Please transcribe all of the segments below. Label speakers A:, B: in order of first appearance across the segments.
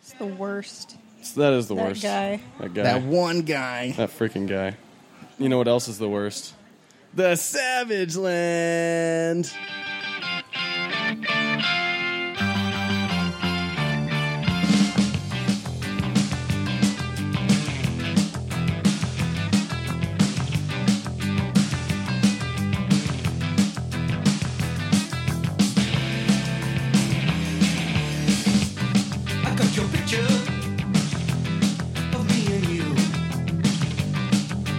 A: It's the worst.
B: That is the
A: That
B: worst.
A: guy.
B: That guy.
C: That one guy.
B: That freaking guy. You know what else is the worst? The Savage Land.
D: I got your picture of me and you.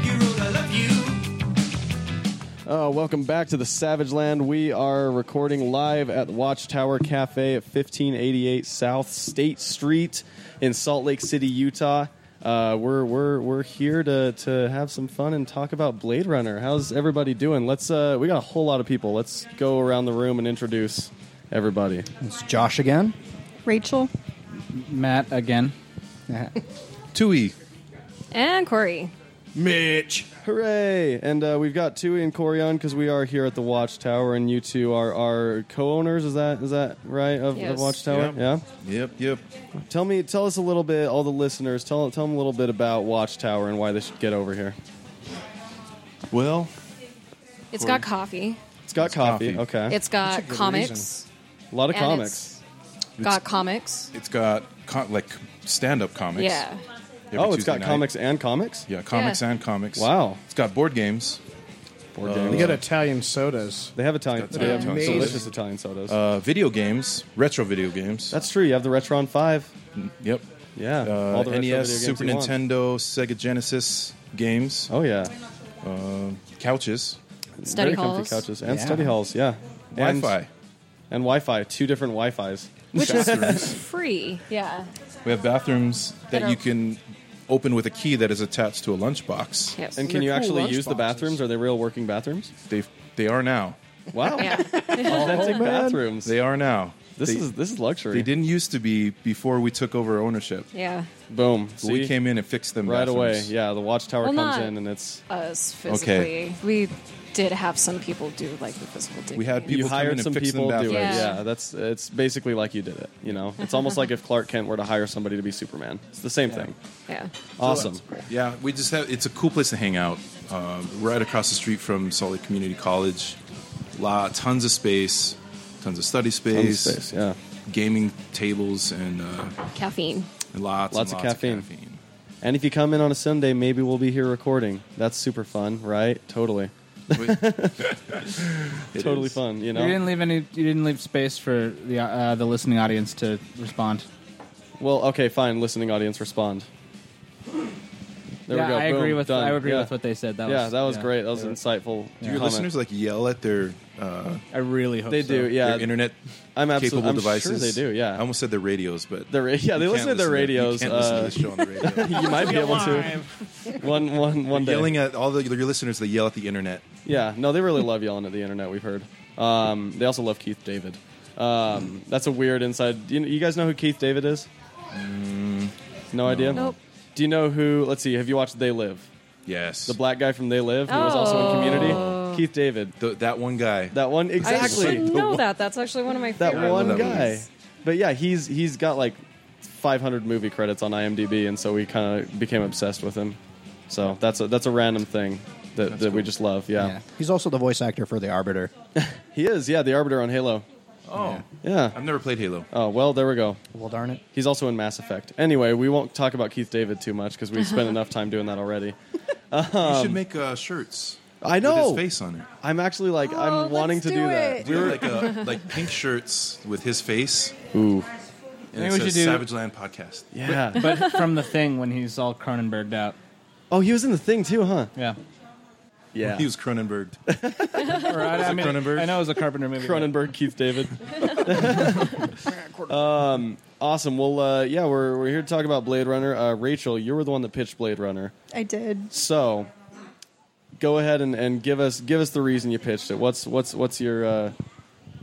D: You wrote I love you.
B: Oh, welcome back to the Savage Land. We are recording live at the Watchtower Cafe at 1588 South State Street in Salt Lake City, Utah. Uh, we're we're we're here to to have some fun and talk about Blade Runner. How's everybody doing? Let's uh, we got a whole lot of people. Let's go around the room and introduce everybody.
C: It's Josh again.
A: Rachel
E: Matt again.
F: Tui.
A: and Corey.
F: Mitch.
B: Hooray! And uh, we've got Tui and Corey on because we are here at the Watchtower, and you two are our co-owners. Is that is that right of
A: Yes.
B: the Watchtower?
F: Yep.
B: Yeah.
F: Yep, yep.
B: Tell me, tell us a little bit, all the listeners. Tell tell them a little bit about Watchtower and why they should get over here.
F: Well,
A: It's got coffee.
B: It's got coffee.
F: coffee.
B: Okay.
A: It's got comics.
B: a lot of
A: and
B: comics.
A: It's got comics.
F: it's got con- like stand up comics.
A: Yeah.
F: every
B: Oh, it's
F: Tuesday
B: got
F: night.
B: comics and comics.
F: Yeah, comics
A: Yeah.
F: and comics.
B: Wow. Uh,
F: It's got board games,
B: Board
G: They
B: games.
G: got Italian sodas.
B: They have Italian. They have
F: Italian sodas.
B: delicious Italian sodas.
F: uh, video games, retro video games.
B: That's true. You have the Retron Five.
F: yep.
B: Yeah.
F: Uh,
B: all the retro
F: NES,
B: video games
F: Super
B: you want.
F: Nintendo, Sega Genesis games,
B: Oh yeah.
F: couches,
A: Study
B: Very comfy
A: halls.
B: couches and
C: Yeah.
B: study halls. Yeah.
F: Wi
B: And-
F: Fi.
B: and Wi-Fi, two different Wi-Fi's.
A: Which is
F: Bathrooms.
A: free. Yeah.
F: we have bathrooms
A: That
F: that
A: are-
F: you can open with a key that is attached to a lunchbox.
A: Yes.
B: And can you
G: cool
B: actually
G: lunch
B: use the
G: boxes.
B: bathrooms? Are they real working bathrooms?
F: They they are now.
B: Wow,
A: yeah.
B: authentic bathrooms.
F: Oh, They are now.
B: this
F: They-
B: is this is luxury.
F: They didn't used to be before we took over ownership.
A: Yeah.
B: boom.
F: But
B: See?
F: we came in and fixed them
B: right away.
F: bathrooms.
B: Yeah, the watchtower
A: Well,
B: comes
A: not- uh,
B: in and it's
A: Us physically. We did have some people do like the physical dignity.
F: We had people
B: you
F: come in
B: hired
F: and
B: some
F: fix them
B: people do it.
F: bathrooms.
B: Yeah. that's it's basically like you did it. You know, it's almost like if Clark Kent were to hire somebody to be Superman. It's the same thing.
A: Yeah.
B: Awesome.
F: Yeah, we just have. It's a cool place to hang out. Um, right across the street from Salt Lake Community College. Lot, tons of space, tons of study
B: Tons of
F: space,
B: space, Yeah,
F: gaming tables, and, uh,
A: Caffeine.
F: and lots,
B: Lots
F: and
B: of
F: lots
B: caffeine.
F: Of caffeine.
B: and if you come in on a Sunday, maybe we'll be here recording. That's super fun, right? Totally,
F: It
B: totally
F: is.
B: fun. You know,
E: You didn't leave any. You didn't leave space for the uh, the listening audience to respond.
B: Well, okay, fine. Listening audience, respond. There
E: yeah,
B: we go.
E: I
B: Boom,
E: agree with.
B: done.
E: I agree
B: Yeah.
E: with what they said. That
B: yeah,
E: was,
B: that was
E: yeah.
B: great. That was insightful.
F: Do your
B: comment.
F: listeners like yell at their uh,
E: I really hope
B: They
E: so.
B: do. Yeah,
F: their internet
B: I'm absolutely.
F: capable
B: I'm
F: devices?
B: Sure they do. Yeah,
F: I almost said their radios, but
B: Their ra- yeah, they
F: you
B: listen to
F: can't
B: their radios,
F: To, you can't listen
B: uh,
F: to this show on the radio.
B: you might be able to. One, one, one day.
F: Yelling at all the, your listeners, they yell at the internet.
B: Yeah, no, they really love yelling at the internet. We've heard. Um, they also love Keith David. Um, that's a weird inside. You, you guys know who Keith David is?
F: Mm,
B: no, idea.
A: Nope.
B: Do you know who? Let's see. Have you watched They Live?
F: Yes,
B: The black guy from They Live, who was also in Community. Keith David.
F: Th- that one guy.
B: That one exactly.
A: Oh. I should know that. That's actually one of my
B: that
A: favorite
B: one
A: movies.
B: guy. But yeah, he's he's got like 500 movie credits on IMDb, and so we kind of became obsessed with him. So that's a that's a random thing that, that we just love. Yeah.
C: Yeah. He's also the voice actor for the Arbiter.
B: he is. Yeah, the Arbiter on Halo.
F: oh,
B: Yeah.
F: I've never played Halo.
B: Oh well, there we go.
C: Well, darn it.
B: He's also in Mass Effect. Anyway, we won't talk about Keith David too much because we've spent enough time doing that already.
F: you should make uh, shirts.
B: I
F: With
B: know.
F: his face on it.
B: I'm actually like
A: Oh,
B: I'm wanting
A: let's
B: to do,
A: do
B: that.
A: it.
F: We were like uh like pink shirts with his face.
B: Ooh.
F: And
E: Maybe
F: it
E: we
F: says
E: should do-
F: Savage Land Podcast.
B: Yeah.
E: But from the thing when he's all Cronenberged out.
B: oh, he was in the thing too, huh?
E: Yeah.
B: Yeah.
F: He was Cronenberg.
E: Or, I, I mean,
F: Cronenberg?
E: I know it was a Carpenter movie. but-
B: Cronenberg, Keith David. um, awesome. Well, uh, yeah, we're, we're here to talk about Blade Runner. Uh, Rachel, you were the one that pitched Blade Runner,
A: I did.
B: so go ahead and, and give us give us the reason you pitched it. What's what's what's your uh,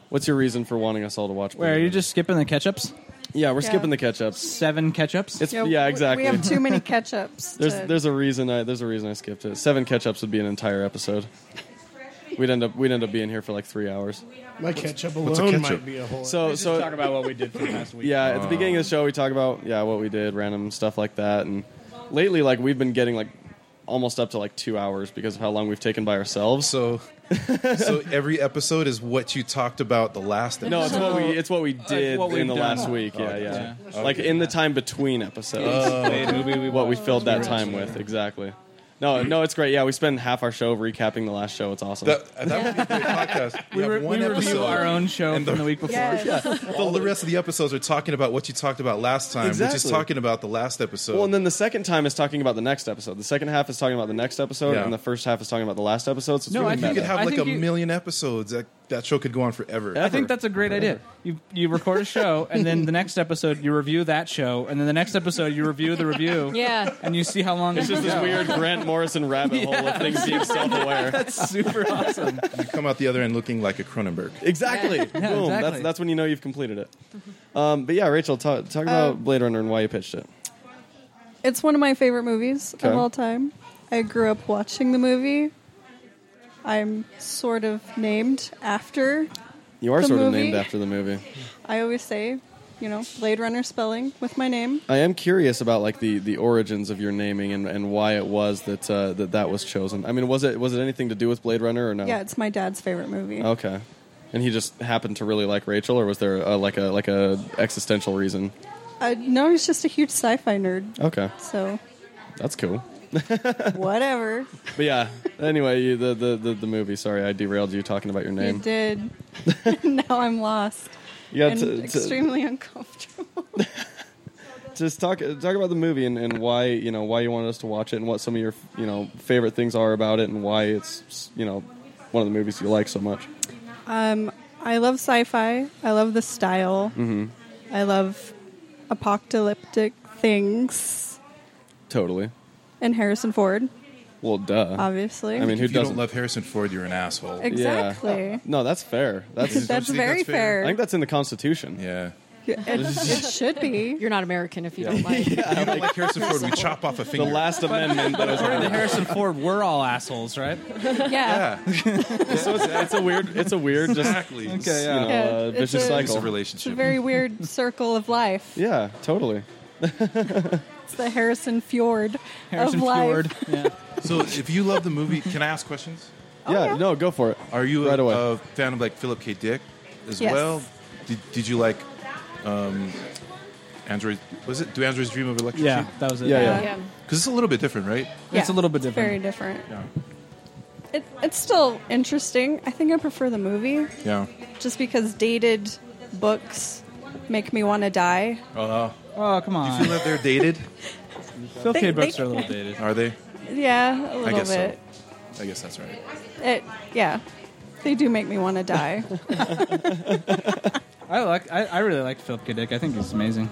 B: what's your reason for wanting us all to watch? Blade
E: Wait, are you
B: Runner?
E: just skipping the catch-ups?
B: yeah, we're
A: Yeah.
B: skipping the catch ups.
E: Seven catch-ups.
B: It's yeah, exactly.
A: We have too many catch ups.
B: there's there's a reason I there's a reason I skipped it. Seven catch ups would be an entire episode. We'd end up we'd end up being here for like three hours.
G: My ketchup
F: what's a
G: alone
F: ketchup?
G: might be a whole.
B: So oh, so
E: talk about what we did for the past week.
B: yeah, at the beginning of the show we talk about yeah what we did, random stuff like that, and lately like we've been getting like almost up to like two hours because of how long we've taken by ourselves.
F: So, so every episode is what you talked about the last. Episode.
B: No, it's what we it's what we did
E: what we've
B: in the
E: done.
B: last week. Yeah, yeah.
E: yeah.
B: Like in the time between episodes,
E: Made a movie we
B: what we
E: watched.
B: filled that time with exactly. No, no, it's great. Yeah, we spend half our show recapping the last show. It's awesome.
F: That, that would be a great podcast. We,
E: We,
F: have
E: re-
F: one
E: we review
F: episode.
E: our own show from the, week before.
F: All the rest of the episodes are talking about what you talked about last time, which
B: Exactly.
F: is talking about the last episode.
B: Well, and then the second time is talking about the next episode. The second half is talking about the next episode,
F: Yeah.
B: and the first half is talking about the last episode. So it's
E: No,
B: really
E: I
F: you
E: think
F: could
B: meta.
F: have
E: I
F: like a
E: think you-
F: million episodes. That that show could go on forever.
E: I think that's a great idea. You you record a show, and then the next episode you review that show, and then the next episode you review the review.
A: Yeah.
E: And you see how long
B: It's
E: it
B: just this
E: goes.
B: weird Grant Morrison rabbit hole of things being self-aware.
E: That's super awesome.
F: you come out the other end looking like a Cronenberg.
B: Exactly. Boom. That's,
E: exactly.
B: that's when you know you've completed it. Um, but yeah, Rachel, talk, talk
H: Uh,
B: about Blade Runner and why you pitched it.
H: It's one of my favorite movies
B: Okay.
H: of all time. I grew up watching the movie. I'm sort of named after.
B: You are
H: The
B: sort
H: movie?
B: of named after the movie.
H: I always say, you know, Blade Runner spelling with my name.
B: I am curious about like the, the origins of your naming and, and why it was that uh, that that was chosen. I mean, was it was it anything to do with Blade Runner or no?
H: Yeah, it's my dad's favorite movie.
B: Okay. And he just happened to really like Rachel, or was there uh like a like a existential reason?
H: Uh, no, he's just a huge sci-fi nerd.
B: Okay,
H: So
B: that's cool.
H: whatever
B: But yeah. Anyway, you, the, the the the movie. Sorry, I derailed you talking about your
H: you
B: name.
H: did, now I'm lost
B: Yeah.
H: and
B: t- t-
H: extremely uncomfortable.
B: just talk talk about the movie and, and why you know why you wanted us to watch it and what some of your you know favorite things are about it and why it's you know one of the movies you like so much.
H: I love sci-fi. I love the style.
B: Mm-hmm.
H: I love apocalyptic things
B: Totally.
H: and Harrison Ford,
B: Well, duh.
H: obviously.
B: I mean, Oh. who
F: if you
B: doesn't
F: don't love Harrison Ford, you're an asshole.
H: exactly.
B: No, that's fair. That's
H: That's
F: Don't you think
H: very
F: that's fair?
B: I
H: fair.
B: think that's in the Constitution.
F: yeah.
H: It, it should be.
A: You're not American if you don't like.
F: If you don't like Harrison Ford, we chop off a
B: The
F: finger.
B: Last Amendment. That was
E: According to Harrison Ford, we're all assholes, right?
H: Yeah.
F: yeah.
B: so it's, it's a weird. It's a weird. Just
F: Exactly.
E: Okay,
B: you know,
H: Yeah,
B: uh,
H: it's
B: vicious
H: a-
F: It's a
B: cycle.
H: It's a
F: relationship.
H: very weird circle of life.
B: Yeah, totally.
H: It's the Harrison Fjord
E: Harrison
H: of life.
E: Ford. Yeah.
F: so if you love the movie, can I ask questions?
B: yeah,
H: Oh, yeah.
B: no, go for it.
F: Are you
B: Right
F: a,
B: away.
F: a fan of like Philip K. Dick as
H: Yes.
F: well? Did, did you like um, Android? Was it Do Androids Dream of Electric
E: Yeah, that was it.
B: Yeah, yeah.
A: Yeah.
F: Because it's a little bit different, right?
E: It's a little bit different.
H: Very different.
F: Yeah.
H: It, it's still interesting. I think I prefer the movie
F: Yeah.
H: just because dated books make me want to die.
F: Uh,
E: Oh, come
F: do you feel
E: on.
F: that they're dated?
E: Phil K.
H: They-
E: books
H: they-
E: are a little dated.
F: Are they?
H: Yeah, a little
F: guess so.
H: bit.
F: I guess that's right.
H: It, yeah. They do make me want to die.
E: I like. I, I really like Philip K. Dick. I think he's amazing.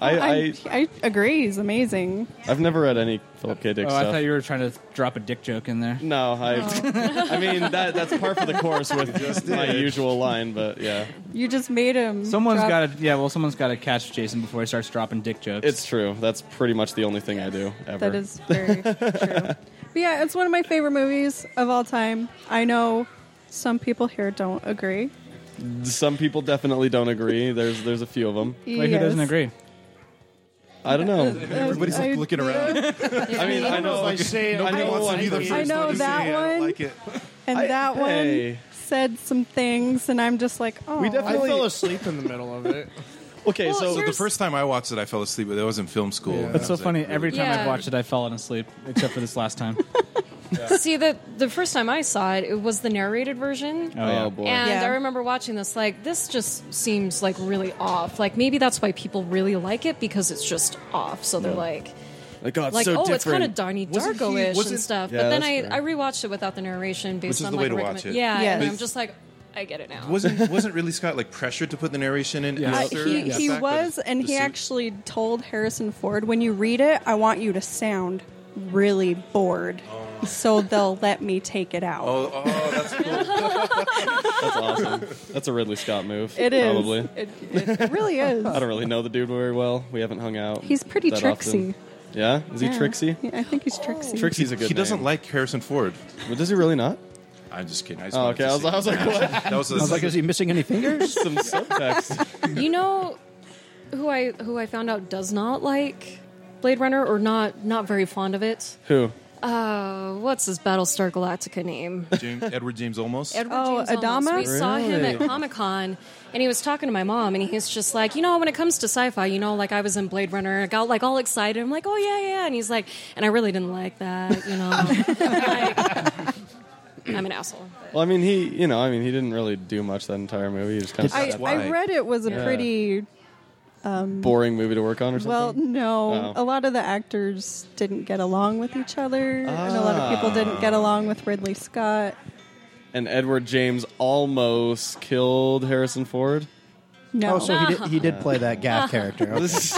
B: I, I,
H: I, I agree. He's amazing.
B: I've never read any Philip K. Dick
E: Oh,
B: stuff.
E: I thought you were trying to drop a dick joke in
H: Mm-hmm.
E: there.
B: no, I, I mean that that's par for the course with my usual line, but yeah,
H: You just made him.
E: Someone's
H: drop-
E: got to. Yeah, well, someone's got to catch Jason before he starts dropping dick jokes.
B: it's true. That's pretty much the only thing I do ever.
H: That is very true. But yeah, it's one of my favorite movies of all time. I know some people here don't agree.
B: Some people definitely don't agree. There's there's a few of them.
E: Wait, who doesn't
H: Yes.
E: agree?
B: I don't know.
F: Everybody's like
H: I-
F: looking around.
B: I mean, I know.
G: I say it.
B: Nobody
G: I
B: wants to do
G: like
B: the
G: it.
H: I know that one.
F: like it.
H: And
B: I-
H: that one
B: hey.
H: said some things, and I'm just like, oh,
B: We
G: I
B: definitely-
G: fell asleep in the middle of it.
B: Okay,
H: Well,
B: so
F: The
H: here's-
F: first time I watched it, I fell asleep, but it was in film school.
G: Yeah.
E: That's so funny. Every time
A: Yeah.
E: I've watched it, I've fallen asleep, except for this last time.
A: See, the the first time I saw it, it was the narrated version.
E: Oh, yeah.
B: oh boy,
A: And
H: Yeah.
A: I remember watching this, like, this just seems like really off. Like, maybe that's why people really like it because it's just off. So they're like,
B: like God,
A: like
B: so
A: oh,
B: different.
A: it's kind of Donnie
F: Wasn't he-
A: Darko-ish and
F: wasn't-
A: stuff.
B: Yeah,
A: but then I,
B: that's
A: I rewatched it without the narration based
F: is
A: on
F: the
A: like
F: way to
A: recommend-
F: watch it.
A: Yeah,
H: Yes.
A: and I'm
F: But-
A: just like, I get it now.
F: Wasn't wasn't Ridley Scott like pressured to put the narration in?
E: Yeah.
H: I-
F: Insert
H: Uh, he,
F: the
H: he
F: fact that
H: was, and
F: the
H: he
F: suit-
H: actually told Harrison Ford, when you read it, I want you to sound really bored, so they'll let me take it out.
F: Oh, oh, that's cool.
B: That's awesome. That's a Ridley Scott move.
H: It is.
B: probably.
H: It, it really is.
B: I don't really know the dude very well. We haven't hung out.
H: He's pretty
B: that
H: tricksy.
B: often. Yeah, is he
H: Yeah.
B: Trixie? Oh.
H: Yeah, I think he's tricksy.
B: Trixie's a good.
F: he doesn't
B: name.
F: like Harrison Ford.
B: But does he really not?
F: I'm just kidding. I just
B: Oh,
F: wanted
B: okay.
F: to
B: I was,
F: say-
B: I was like, what?
F: that was, a-
C: I was like, is he missing any fingers?
B: Some subtext.
A: You know who I who I found out does not like Blade Runner or not not very fond of it.
B: Who?
A: Uh, what's his Battlestar Galactica name?
F: James, Edward James Olmos.
A: Edward
H: Oh,
A: James Olmos.
H: Adama?
A: We saw him at
B: Really?
A: Comic Con, and he was talking to my mom, and he's just like, you know, when it comes to sci-fi, you know, like I was in Blade Runner, I got like all excited. I'm like, oh yeah, yeah, and he's like, and I really didn't like that, you know. like, I'm an asshole.
B: Well, I mean, he, you know, I mean, he didn't really do much that entire movie. He just kind of
H: I,
F: That's why.
H: I read it was a pretty
B: boring movie to work on or
H: well.
B: something.
H: No,
B: Oh.
H: a lot of the actors didn't get along with each other, and a lot of people didn't
B: Ah.
H: get along with Ridley Scott.
B: and Edward James almost killed Harrison Ford.
H: No,
C: Oh, so he did, he did play that Gaff character. Okay.
B: This is,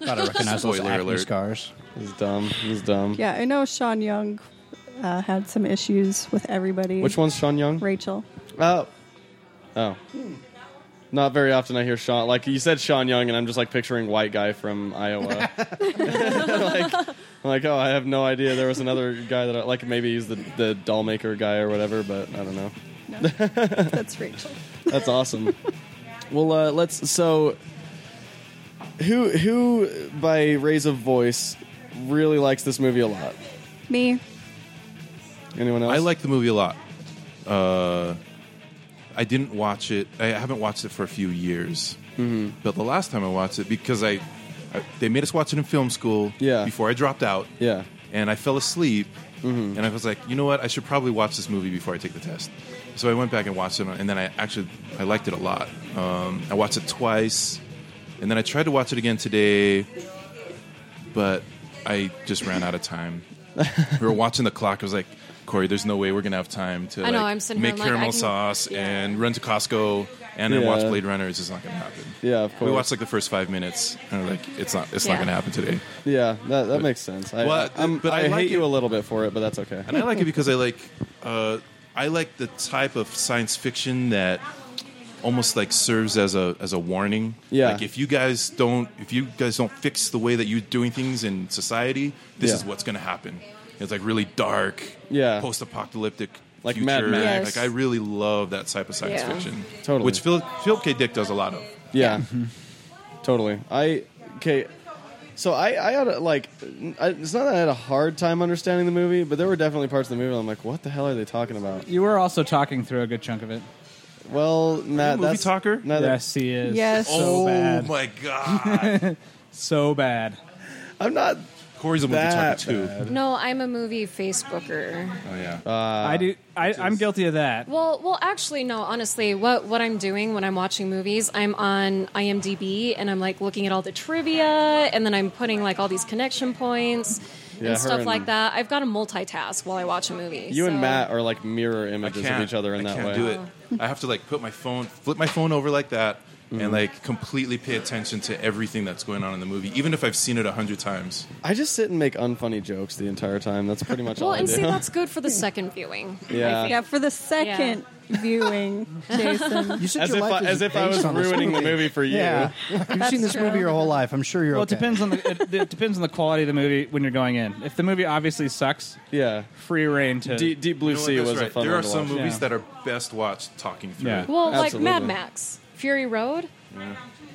C: Thought I recognized those
F: Spoiler
C: acne
F: alert.
C: scars.
B: this is dumb. This is dumb.
H: yeah, I know Sean Young uh, had some issues with everybody.
B: Which one's Sean Young?
H: Rachel.
B: Oh. Oh. Not very often I hear Sean. Like, you said Sean Young, and I'm just like picturing white guy from Iowa. like, I'm like, oh, I have no idea. There was another guy that, I, like, maybe he's the, the doll maker guy or whatever, but I don't know.
H: That's Rachel.
B: That's awesome. well, uh, let's. So, who, who, by raise of voice, really likes this movie a lot?
H: Me.
B: Anyone else?
F: I like the movie a lot. Uh, I didn't watch it. I haven't watched it for a few years. Mm-hmm. But the last time I watched it, because I, I they made us watch it in film school.
B: Yeah.
F: Before I dropped out.
B: Yeah.
F: And I fell asleep.
B: Mm-hmm.
F: And I was like, you know what? I should probably watch this movie before I take the test. So I went back and watched it, and then I actually I liked it a lot. Um, I watched it twice, and then I tried to watch it again today, but I just ran out of time. we were watching the clock. I was like, Corey, there's no way we're gonna have time to
A: I know,
F: like,
A: I'm sitting here,
F: make
A: I'm like, I
F: caramel
A: can-
F: sauce
A: yeah.
F: and run to Costco and then
B: Yeah.
F: watch Blade Runner. It's just not gonna happen.
B: Yeah, of
F: We
B: course.
F: watched like the first five minutes, and we're like, it's not, it's
A: Yeah.
F: not gonna happen today.
B: Yeah, that, that makes sense. I,
F: Well,
B: I, am
F: but
B: but
F: I
B: I,
F: like
B: hate
F: it-
B: you a little bit for it, but that's okay.
F: And I like it because I like uh, I like the type of science fiction that almost like serves as a as a warning.
B: Yeah.
F: Like if you guys don't if you guys don't fix the way that you're doing things in society, this
B: Yeah.
F: is what's going to happen. It's like really dark,
B: Yeah.
F: post-apocalyptic
B: Like
F: future.
B: Mad
H: Max.
F: Like I really love that type of science
A: Yeah.
F: fiction.
B: Totally.
F: Which Philip, Philip K. Dick does a lot of.
B: Yeah, totally. I okay. So I, I had a, like, I, it's not that I had a hard time understanding the movie, but there were definitely parts of the movie where I'm like, what the hell are they talking about?
E: You were also talking through a good chunk of it.
B: Well, Matt,
F: movie
B: that's
F: talker?
B: neither-
E: yes, he is.
H: Yes.
E: So
F: oh
E: bad.
F: my god.
E: So bad.
B: I'm not.
F: Corey's a movie
B: That
F: talker too.
A: No, I'm a movie Facebooker.
F: Oh yeah.
H: Uh,
E: I do. I, I'm guilty of that.
A: Well, well, actually, no. Honestly, what what I'm doing when I'm watching movies, I'm on IMDb and I'm like looking at all the trivia, and then I'm putting like all these connection points
B: Yeah, her
A: and stuff
B: and-
A: like that. I've got to multitask while I watch a movie.
B: You
A: so-
B: and Matt are like mirror
F: I
B: images of
F: can't.
B: each other in
F: I
B: that
F: can't
B: way.
F: do it. I have to like put my phone, flip my phone over like that,
B: Mm-hmm.
F: and like completely pay attention to everything that's going on in the movie, even if I've seen it a hundred times.
B: I just sit and make unfunny jokes the entire time. That's pretty much
A: Well,
B: all I
A: and
B: do.
A: see, that's good for the second viewing.
B: yeah.
H: Yeah, for the second viewing, Jason.
C: You said
B: As
C: your
B: if, I,
C: life is
B: as if I
C: based
B: was
C: on this
B: ruining the movie for you.
C: Yeah, you've seen this movie your whole life. I'm sure you're.
E: Well,
C: okay.
E: it depends on the it, it depends on the quality of the movie when you're going in. If the movie obviously sucks,
B: Yeah.
E: free reign to
B: Deep, Deep Blue
F: You know what,
B: Sea
F: that's
B: was a
F: right.
B: fun
F: There
B: one
F: are
B: to
F: some
B: watch.
F: movies
E: Yeah.
F: that are best watched talking through.
E: Yeah.
F: it.
A: Well,
B: Absolutely.
A: like Mad Max, Fury Road.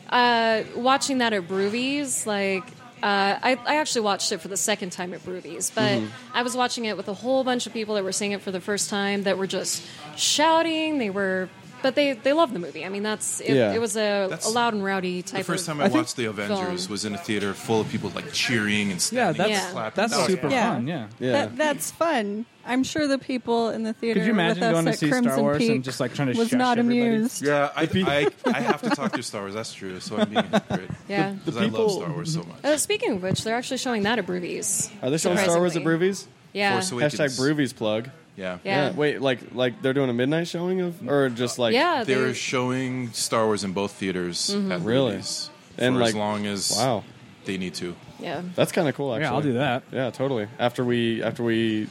A: Uh, watching that at Broovies, like uh, I, I actually watched it for the second time at Broovies, but
B: Mm-hmm.
A: I was watching it with a whole bunch of people that were seeing it for the first time that were just shouting. They were, but they they loved the movie. I mean, that's it,
B: Yeah.
A: it was a,
F: That's
A: a loud and rowdy type.
F: The first
A: of,
F: time I, watched the Avengers
A: film.
F: was in a theater full of people like cheering and
E: yeah,
F: standing
E: that's
F: and
A: Yeah.
F: clapping.
E: that's
F: That was
E: super
F: fun.
H: Yeah.
E: fun. Yeah.
B: Yeah.
H: That, that's fun. I'm sure the people in the theater
E: Could you imagine
H: with us
E: going to
H: at
E: see Star
H: Crimson
E: Wars and
H: Peak
E: just, like, trying to
H: was
E: shush
H: not
E: everybody?
H: amused.
F: Yeah, I, I, I have to talk through Star Wars. That's true. So I'm being a hypocrite.
A: Yeah.
F: Because I love Star Wars so much.
A: Uh, speaking of which, they're actually showing that at Broovies.
B: Are they showing Star Wars at
A: Surprisingly.
B: Broovies?
A: Yeah,
F: Force Awakens.
B: Hashtag Broovies plug.
F: Yeah.
A: Yeah.
B: Wait, like like they're doing a midnight showing of, or just like
A: yeah,
F: They
A: they-
F: were showing Star Wars in both theaters at
B: Mm-hmm. Really?
F: movies for
B: And,
F: as
B: like,
F: long as
B: Wow,
F: they need to.
A: yeah.
B: that's kind of cool. Actually,
E: Yeah, I'll do that.
B: Yeah, totally. After we after we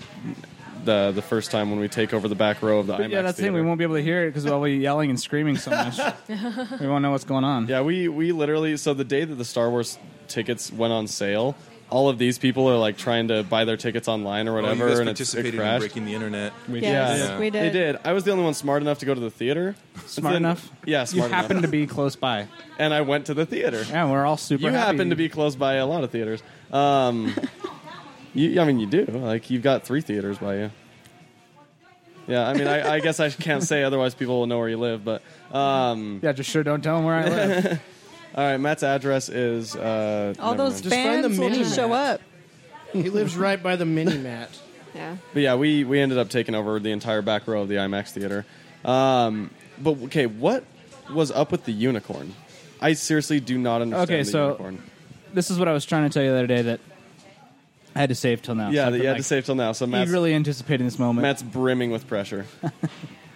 B: the the first time when we take over the back row of the IMAX
E: yeah, that's the thing. We
B: theater.
E: won't be able to hear it because we'll be yelling and screaming so much. we won't know what's going on.
B: Yeah, we we literally so the day that the Star Wars tickets went on sale, all of these people are like trying to buy their tickets online or
F: Oh, you
B: whatever,
F: guys
B: and it's, it
F: participated in
B: crashed.
F: breaking the internet.
H: Yes,
B: Yeah.
H: we
B: They
H: did.
B: did. I was the only one smart enough to go to the theater.
E: Smart
B: Then-
E: enough.
B: Yeah, smart
E: you happen
B: enough.
E: to be close by.
B: and I went to the theater.
E: Yeah, we're all super.
B: you
E: happy.
B: happen to be close by a lot of theaters. Um, you, I mean, you do. Like, you've got three theaters by you. Yeah, I mean, I, I guess I can't say otherwise people will know where you live. But um,
E: Yeah, just sure don't tell them where I live.
B: all right, Matt's address is uh,
H: All
B: never
H: those
B: mind.
G: Just find the
H: fans will
G: mini
H: just show
G: map.
H: up.
G: He lives right by the mini mat.
A: Yeah.
B: But yeah, we we ended up taking over the entire back row of the IMAX theater. Um, but okay, what was up with the unicorn? I seriously do not understand
E: Okay,
B: the
E: so-
B: unicorn.
E: this is what I was trying to tell you the other day that I had to save till now.
B: Yeah,
E: So
B: that
E: I put,
B: you had
E: like,
B: to save till now. So
E: He
B: Matt's,
E: really anticipating this moment.
B: Matt's brimming with pressure.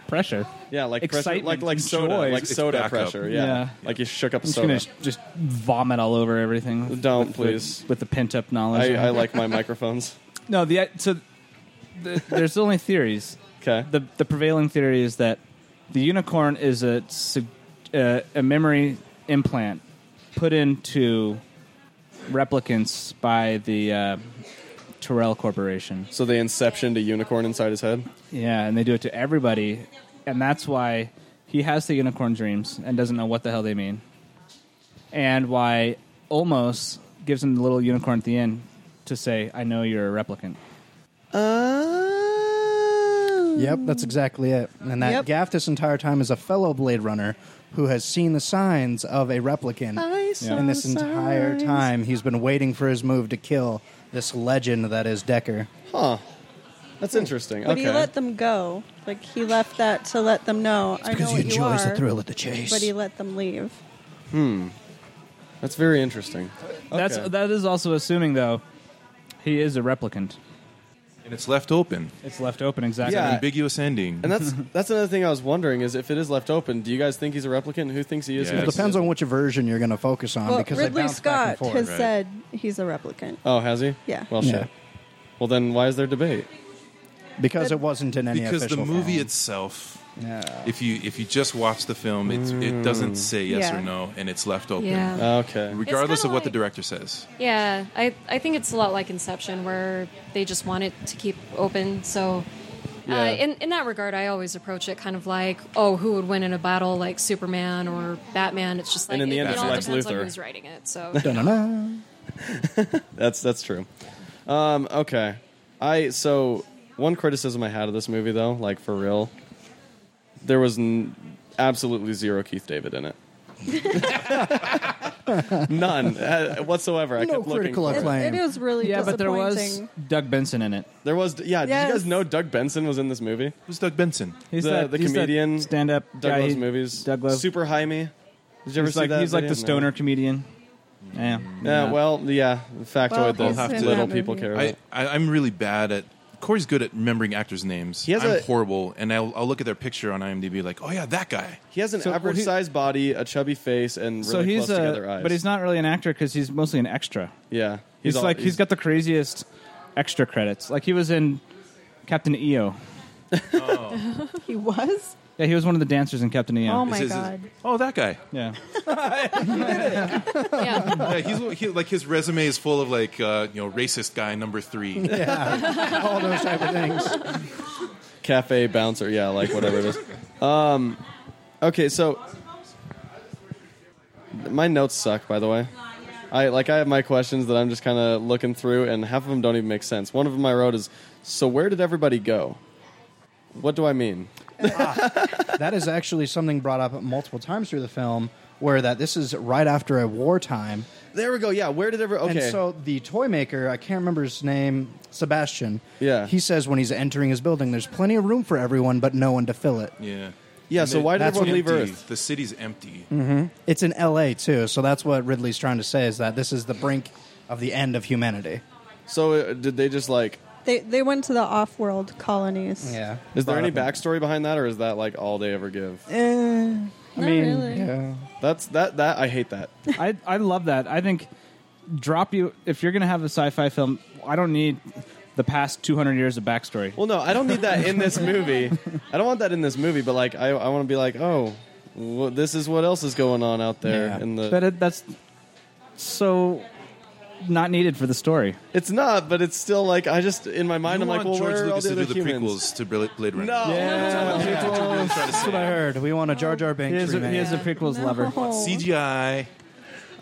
E: pressure.
B: Yeah, like pressure,
E: Excitement
B: like like
E: and
B: soda,
E: joy.
B: like
F: It's
B: soda
F: back up.
B: pressure. Yeah.
E: Yeah.
B: like you shook up a
E: I'm just
B: soda.
E: gonna sh- just vomit all over everything. with-
B: Don't,
E: with the-
B: please.
E: with the pent up knowledge.
B: I,
E: I
B: I
E: have.
B: like my microphones.
E: no, the so the, there's only theories.
B: Okay.
E: The the prevailing theory is that the unicorn is a su- uh, a memory implant put into replicants by the uh, Terrell Corporation.
B: So they inceptioned a unicorn inside his head.
E: Yeah, and they do it to everybody, and that's why he has the unicorn dreams and doesn't know what the hell they mean, and why Olmos gives him the little unicorn at the end to say, "I know you're a replicant."
C: Yep, that's exactly it. And that
H: Yep.
C: gaff this entire time is a fellow Blade Runner who has seen the signs of a replicant.
E: saw
C: And this entire time, he's been waiting for his move to kill this legend that is Decker.
B: That's interesting.
H: But
B: okay.
H: he let them go. Like he left that to let them know. I know
C: Because he
H: what you
C: enjoys
H: are.
C: the thrill of the chase.
H: But he let them leave.
B: That's very interesting.
E: That's
B: Okay.
E: that is also assuming though he is a replicant.
F: And it's left open.
E: It's left open exactly.
B: Yeah.
F: Ambiguous ending.
B: And that's that's another thing I was wondering is if it is left open, do you guys think he's a replicant? Who thinks he is? Who
F: Yeah,
C: It
B: thinks he
C: depends on
B: isn't?
C: which version you're going to focus on
H: Well,
C: Um, because they
H: Ridley
C: bounce
H: Scott
C: back and forth.
H: has
F: right?
H: said he's a replicant.
B: Oh, has he?
H: Yeah.
B: Well,
C: Yeah.
B: shit. Well, then why is there debate?
C: because it wasn't in any
F: because the
C: official
F: movie
C: form.
F: itself,
C: Yeah.
F: if you if you just watch the film, it
B: Mm.
F: it doesn't say yes
H: Yeah.
F: or no, and it's left open.
A: Yeah.
B: Ah, Okay. Uh,
F: Regardless of
A: It's kinda
F: what the
A: like-
F: director says,
A: Yeah, I, I think it's a lot like Inception, where they just want it to keep open. So,
B: Yeah.
A: uh, in in that regard, I always approach it kind of like, oh, who would win in a battle, like Superman or Batman? It's just like
B: And in the
A: it,
B: end,
A: it
B: it's
A: all
B: Lex
A: depends on
B: Luthor.
A: who's writing it. So,
C: Dun-dun-dun.
B: That's that's true. Um, okay. I so one criticism I had of this movie though, like for real, there was n- absolutely zero Keith David in it. None uh, whatsoever. I
C: No
B: kept looking.
C: critical
B: for it.
C: acclaim.
H: It is really
E: yeah, but there
H: disappointing.
E: was Doug Benson in it.
B: There was yeah. Did you
H: Yes.
B: guys know Doug Benson was in this movie?
F: who's Doug Benson?
E: He's
B: The-
E: that,
B: the
E: he's
B: comedian,
E: stand up
B: Doug loves movies.
E: Doug loves.
B: Super High Me. Did you ever
E: he's
B: see
E: like,
B: that?
E: he's like
B: video?
E: the
B: No.
E: stoner comedian. Yeah.
B: Mm. Yeah, well, yeah. Factoid
H: Well,
F: he's
B: that
F: in
B: little
H: that
B: people
H: movie.
B: care about.
F: I, I I'm really bad at. Corey's good at remembering actors' names.
B: He has
F: I'm
B: a-
F: horrible, and I'll, I'll look at their picture on IMDb, like, oh yeah, that guy.
B: He has an
E: So, well,
B: average
E: he-
B: sized body, a chubby face, and really
E: so he's
B: close together
E: a,
B: eyes.
E: but he's not really an actor because he's mostly an extra.
B: Yeah,
E: He's,
B: all-
E: like he's got the craziest extra credits. Like he was in Captain EO.
H: He was.
E: Yeah, he was one of the dancers in Captain EO.
H: Oh my
F: Is- is-
H: god.
F: oh, that guy.
E: Yeah,
A: yeah,
F: Yeah, he's he, like his resume is full of like uh, you know racist guy number three.
C: Yeah. All those type of things.
B: cafe bouncer. Yeah, like whatever it is. Um, okay, so my notes suck. By the way, I like I have my questions that I'm just kind of looking through, and half of them don't even make sense. One of them I wrote is, "So where did everybody go? What do I mean?"
C: that is actually something brought up multiple times through the film where that this is right after a wartime
B: There we go. Yeah, where did everybody? Okay,
C: And so the toy maker, I can't remember his name, Sebastian.
B: Yeah.
C: He says when he's entering his building, there's plenty of room for everyone, but no one to fill it.
F: Yeah.
B: yeah.
F: And
B: So
F: the-
B: why did
C: that's
B: everyone leave
F: empty.
B: Earth? Mm-hmm.
F: The city's empty.
C: It's in L.A. too, so that's what Ridley's trying to say is that this is the brink of the end of humanity.
B: So uh, did they just like?
H: They they went to the off-world colonies.
B: Is there
C: Brought
B: any
C: up in-
B: backstory behind that, or is that like all they ever give?
C: Eh,
H: Not
E: mean,
H: really.
C: yeah.
B: That's that. That I hate that.
E: I I love that. I think drop you if you're gonna have a sci-fi film. I don't need the past 200 years of backstory.
B: Well, no, I don't need that in this movie. I don't want that in this movie, but like, I, I want to be like, oh, wh- this is what else is going on out there
C: Yeah.
B: in the.
E: But it, that's so not needed for the story.
B: It's not, but it's still like I just in my mind
F: You
B: I'm like,
F: want
B: well,
F: George
B: where are all
F: Lucas
B: the
F: to
B: other
F: do the
B: humans?
F: prequels to Bri- Blade Runner.
B: No,
C: That's what I heard. We want a Jar Jar
E: He
C: Banks
E: is, a,
C: remake.
E: he is a prequels lover.
H: No.
F: CGI.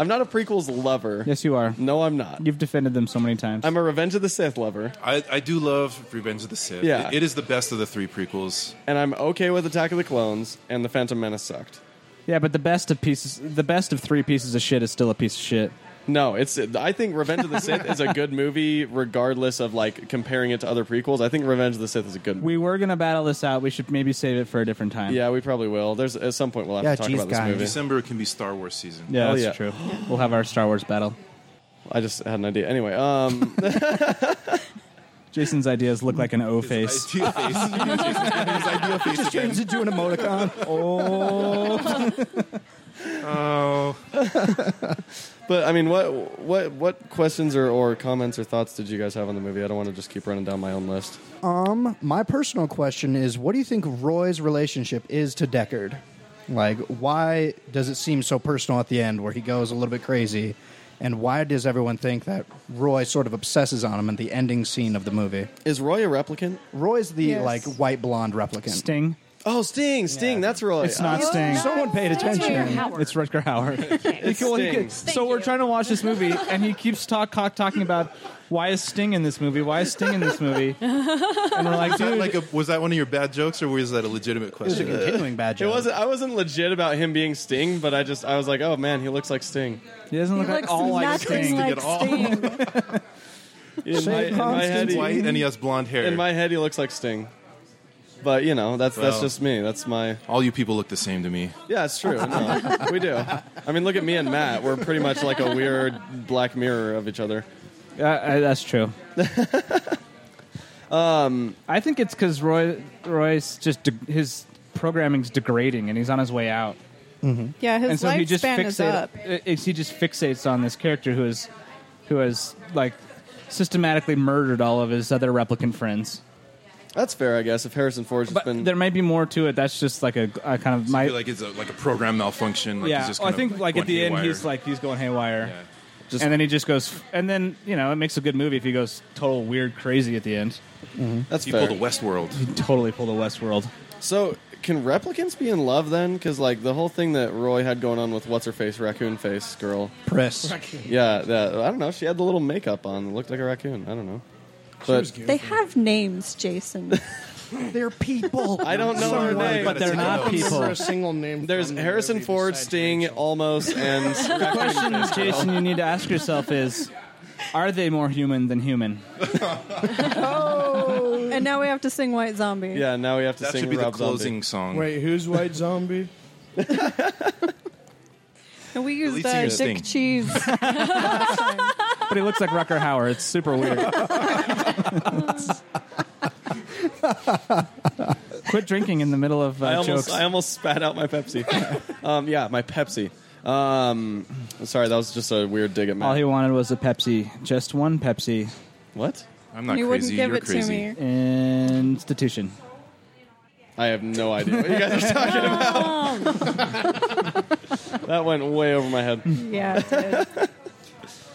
B: I'm not a prequels lover.
E: Yes, you are.
B: No, I'm not.
E: You've defended them so many times.
B: I'm a Revenge of the Sith lover,
F: I, I do love Revenge of the Sith.
B: Yeah.
F: It- it is the best of the three prequels.
B: and I'm okay with Attack of the Clones and the Phantom Menace sucked.
E: yeah, but the best of pieces, the best of three pieces of shit is still a piece of shit.
B: No, it's. I think Revenge of the Sith is a good movie, regardless of like comparing it to other prequels. I think Revenge of the Sith is a good. movie.
E: We were gonna battle this out. We should maybe save it for a different time.
B: Yeah, we probably will. There's at some point we'll have
C: Yeah,
B: to talk
C: geez,
B: about this
C: guys.
B: movie.
F: December can be Star Wars season.
E: yeah,
B: Hell
E: that's
B: yeah.
E: true. We'll have our Star Wars battle.
B: I just had an idea. Anyway, um,
E: Jason's ideas look like an O face.
F: Ideal face. His ideal face is
C: James into an emoticon.
E: Oh,
F: Oh,
B: but I mean, what what what questions or, or comments or thoughts did you guys have on the movie? I don't want to just keep running down my own list.
C: Um, my personal question is, what do you think Roy's relationship is to Deckard? Like, why does it seem so personal at the end, where he goes a little bit crazy, and why does everyone think that Roy sort of obsesses on him at the ending scene of the movie?
B: Is Roy a replicant?
C: Roy's the
H: Yes.
C: like white blonde replicant.
E: Sting.
B: Oh, Sting, Sting. That's Roy.
E: It's not Sting.
C: Someone paid
A: Rutger
C: attention.
A: Hauer.
E: It's Rutger Hauer. He could- well, he could-
B: Sting.
E: so
A: Thank
E: we're
A: you.
E: trying to watch this movie, and he keeps talk, cock, talking about why is Sting in this movie? Why is Sting in this movie? And we're like,
F: Is that
E: dude,
F: like a, was that one of your bad jokes, or was that a legitimate
C: It's a
F: question?
C: continuing bad
B: It
C: joke.
B: wasn't. I wasn't legit about him being Sting, but I just I was like, oh man, he looks like Sting.
E: he doesn't
H: He
E: look like
H: looks
E: all like
H: nothing
E: Sting.
H: like
F: at all.
H: Sting.
B: In my, in my head,
F: He's white
B: he,
F: and he has blonde hair.
B: in my head, he looks like Sting. But you know, that's that's
F: Well.
B: just me. That's my
F: all you people look the same to me.
B: yeah. It's true. No, we do. I mean, look at me and Matt. We're pretty much like a weird black mirror of each other.
E: Uh, uh, that's true. um, I think it's because Roy, Roy's just de- his programming's degrading, and he's on his way out,
H: Yeah, his
E: and so
H: lifespan
E: he just
H: is
E: fixates.
H: up.
E: uh, is- He just fixates on this character who is, who has like systematically murdered all of his other replicant friends.
B: That's fair, I guess. If Harrison Ford's just
E: But
B: been
E: there may be more to it. That's just like a, a kind of my
F: Feel like it's a, like a program malfunction. Like
E: yeah.
F: he's just
E: Oh, I
F: kind of,
E: think like at
F: going
E: the end
F: haywire.
E: he's like he's going haywire,
F: Yeah.
B: Just-
E: and then he just goes. f- And then you know it makes a good movie if he goes total weird crazy at the end.
B: that's
F: he
B: fair.
F: pulled a Westworld.
E: Totally pull the Westworld.
B: So can replicants be in love then? Because like the whole thing that Roy had going on with what's her face, raccoon face girl.
C: Press.
B: Yeah, that, I don't know. She had the little makeup on. that looked like a raccoon. I don't know. But
H: They have names, Jason.
C: They're people.
B: I don't know her name.
E: but they're not people.
G: a single name.
B: There's
G: from the
B: Harrison
G: movie
B: Ford,
G: besides
B: Sting,
G: Rachel.
B: almost, and
E: Question, Jason, you need to ask yourself is: Are they more human than human?
H: and now we have to sing White Zombie.
B: yeah. Now we have to
F: That
B: sing
F: should be
B: Rob
F: the closing
B: Zombie.
F: song.
G: Wait, who's White Zombie?
H: And we
F: least
H: used
F: he
H: uh, Dick
F: used Sting.
H: Cheese.
E: But he looks like Rucker Hauer. It's super weird. Quit drinking in the middle of uh,
B: I almost,
E: jokes.
B: I almost spat out my Pepsi. um, yeah, my Pepsi. Um, sorry, that was just a weird dig at
E: All he
B: Matt.
E: wanted was a Pepsi, just one Pepsi.
B: What?
F: I'm not
H: you wouldn't
F: crazy.
H: give
F: You're
H: it
F: crazy.
H: to me.
E: Institution.
B: I have no idea what you guys are talking about. that went way over my head.
H: Yeah, it did.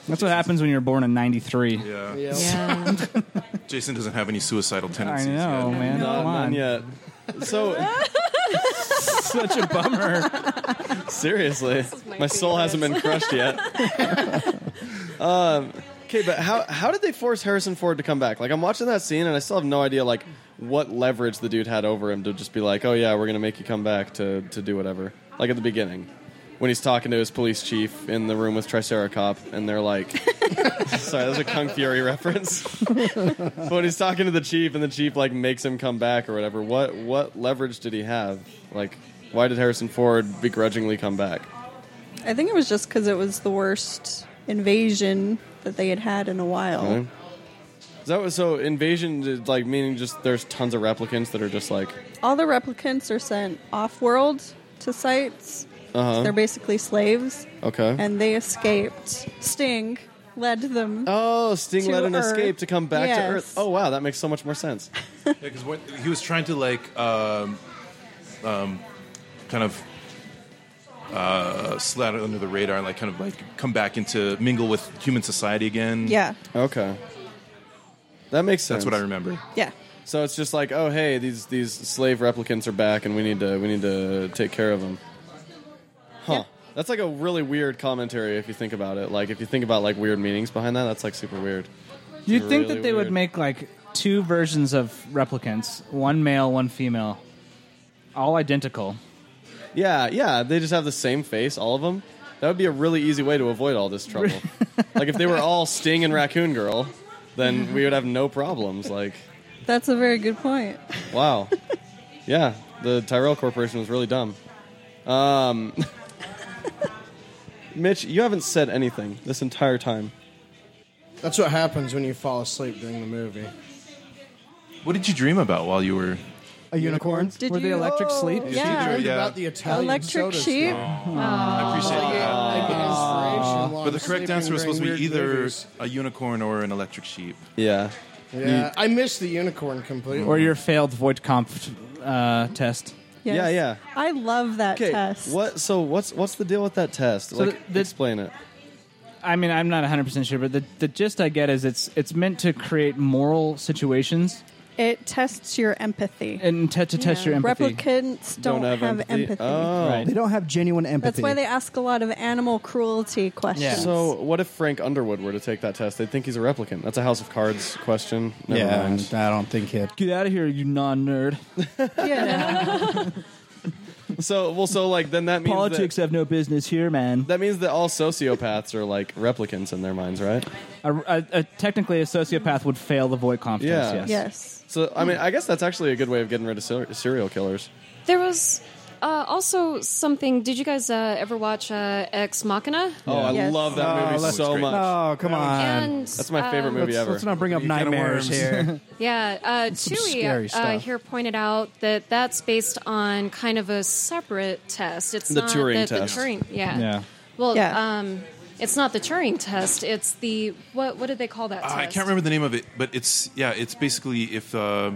E: That's what happens when you're born in '93.
F: Yeah.
G: Yeah.
A: Yeah.
F: Jason doesn't have any suicidal
E: I
F: tendencies.
E: know,
F: yet.
E: man.
B: Uh,
E: Come on.
B: none yet. So
E: Such a bummer.
B: seriously,
A: my
B: my soul
A: favorite.
B: hasn't been crushed yet. um, okay, but how how did they force Harrison Ford to come back? Like I'm watching that scene and I still have no idea like what leverage the dude had over him to just be like, oh yeah, we're gonna make you come back to to do whatever. Like at the beginning. When he's talking to his police chief in the room with Triceracop, and they're like, "Sorry, that's a Kung Fury reference." but when he's talking to the chief, and the chief like makes him come back or whatever, what what leverage did he have? Like, why did Harrison Ford begrudgingly come back?
H: I think it was just because it was the worst invasion that they had had in a while.
B: Really? Oh. Is that what, so invasion is, like meaning just there's tons of replicants that are just like
H: All the replicants are sent off-world to sites. They're basically slaves,
B: okay.
H: and they escaped. Sting led them.
B: oh, Sting
H: to
B: let an
H: Earth.
B: escape to come back to
H: Yes.
B: Earth. Oh wow, that makes so much more sense.
F: Yeah, because he was trying to like, um, um, kind of uh, slide under the radar and like kind of like come back into mingle with human society again.
H: Yeah.
B: Okay. That makes sense.
F: that's what I remember.
H: Yeah.
B: So it's just like, oh hey, these these slave replicants are back, and we need to we need to take care of them. Huh. That's like a really weird commentary if you think about it. Like if you think about like weird meanings behind that, that's like super weird.
E: You'd think
B: really
E: that they
B: weird.
E: would make like two versions of replicants, one male, one female, all identical.
B: Yeah, yeah. They just have the same face, all of them. That would be a really easy way to avoid all this trouble. like if they were all Sting and Raccoon Girl, then we would have no problems. Like,
H: That's a very good point.
B: wow. Yeah, the Tyrell Corporation was really dumb. Um, Mitch, you haven't said anything this entire time.
G: That's what happens when you fall asleep during the movie.
F: What did you dream about while you were?
C: A unicorn?
H: Did
E: Were
H: you Oh.
E: the electric sleep?
H: Yeah.
G: Heard
F: Yeah.
G: about the Italian
H: Electric
G: soda
H: sheep?
G: stuff.
F: I appreciate that.
G: Uh, I get inspiration while
F: But the
G: I'm
F: correct
G: sleeping
F: answer was
G: during
F: supposed to
G: weird
F: be either
G: movies.
F: a unicorn or an electric sheep.
B: Yeah.
G: Yeah, I missed the unicorn completely.
E: Or your failed Voigtkampf uh, test.
H: Yes.
B: Yeah, yeah.
H: I love that
B: Okay.
H: test.
B: What? So what's what's the deal with that test? like,
E: the- the-
B: explain it.
E: I mean, I'm not 100% sure, but the, the gist I get is it's it's meant to create moral situations
H: It tests your empathy.
E: and te- to test your empathy.
H: Replicants don't, have, empathy.
B: Oh.
E: Right.
C: They don't have genuine
H: That's
C: empathy.
H: why they ask a lot of animal cruelty questions.
B: So what if Frank Underwood were to take that test? They'd think he's a replicant. That's a House of Cards question. Never
C: yeah,
B: mind.
C: I don't think it.
E: Get out of here, you non nerd.
H: yeah.
B: So well, so like then that means
E: Politics
B: That,
E: have no business here, man.
B: that means that all sociopaths are like replicants in their minds, right?
E: A, a, a, technically, a sociopath would fail the Voigtkampf
B: Yeah.
E: test, yes.
H: yes.
B: So I mean, I guess that's actually a good way of getting rid of ser- serial killers.
A: There was uh, also something. Did you guys uh, ever watch uh, Ex Machina?
B: Oh, I
H: Yes.
B: love that
F: Oh,
B: movie
F: that's
B: so
F: great.
B: much.
C: Oh, come on.
A: and
B: That's my favorite
A: um,
B: movie
C: let's,
B: ever.
C: let's not bring up
F: You kind of
C: nightmares
F: worms.
C: here.
A: Yeah, uh,
C: Some
A: Chewie
C: scary
A: uh,
C: stuff.
A: here pointed out that that's based on kind of a separate test. It's
B: The
A: not
B: Turing
A: that
B: test.
A: The Turing, yeah.
E: Yeah.
A: Well,
H: Yeah.
A: um, it's not the Turing test. It's the what? What did they call that?
F: Uh,
A: test?
F: I can't remember the name of it, but it's yeah, it's basically if uh,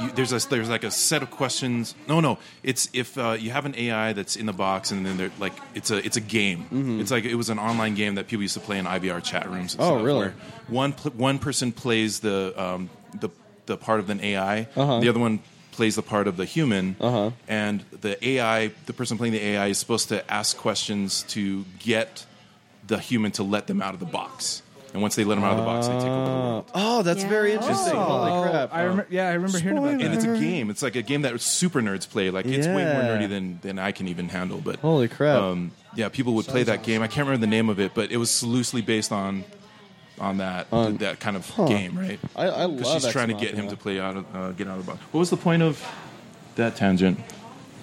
F: you, there's a there's like a set of questions. No, no, it's if uh, you have an AI that's in the box, and then they're like it's a it's a game. It's like it was an online game that people used to play in IBR chat rooms.
B: Mm-hmm.
F: and
B: Oh,
F: stuff,
B: really?
F: where One pl- one person plays the um, the the part of an AI.
B: Uh-huh.
F: The other one plays the part of the human
B: Uh-huh.
F: and the ai the person playing the ai is supposed to ask questions to get the human to let them out of the box and once they let them out of the box they take over the world
B: Oh, that's
A: Yeah.
B: very interesting. Holy crap!
E: oh, I remember, yeah, I remember hearing about
F: and
E: that.
F: it's a game. It's like a game that super nerds play. Like it's way more
B: Yeah.
F: nerdy than, than I can even handle. But
B: Holy crap.
F: Um, yeah, people would play that game. I can't remember the name of it, but it was loosely based on on that that kind of game, right?
B: I, I love.
F: Because she's
B: Ex
F: trying to get
B: Machina.
F: him to play out of uh, get out of the box. What was the point of that tangent?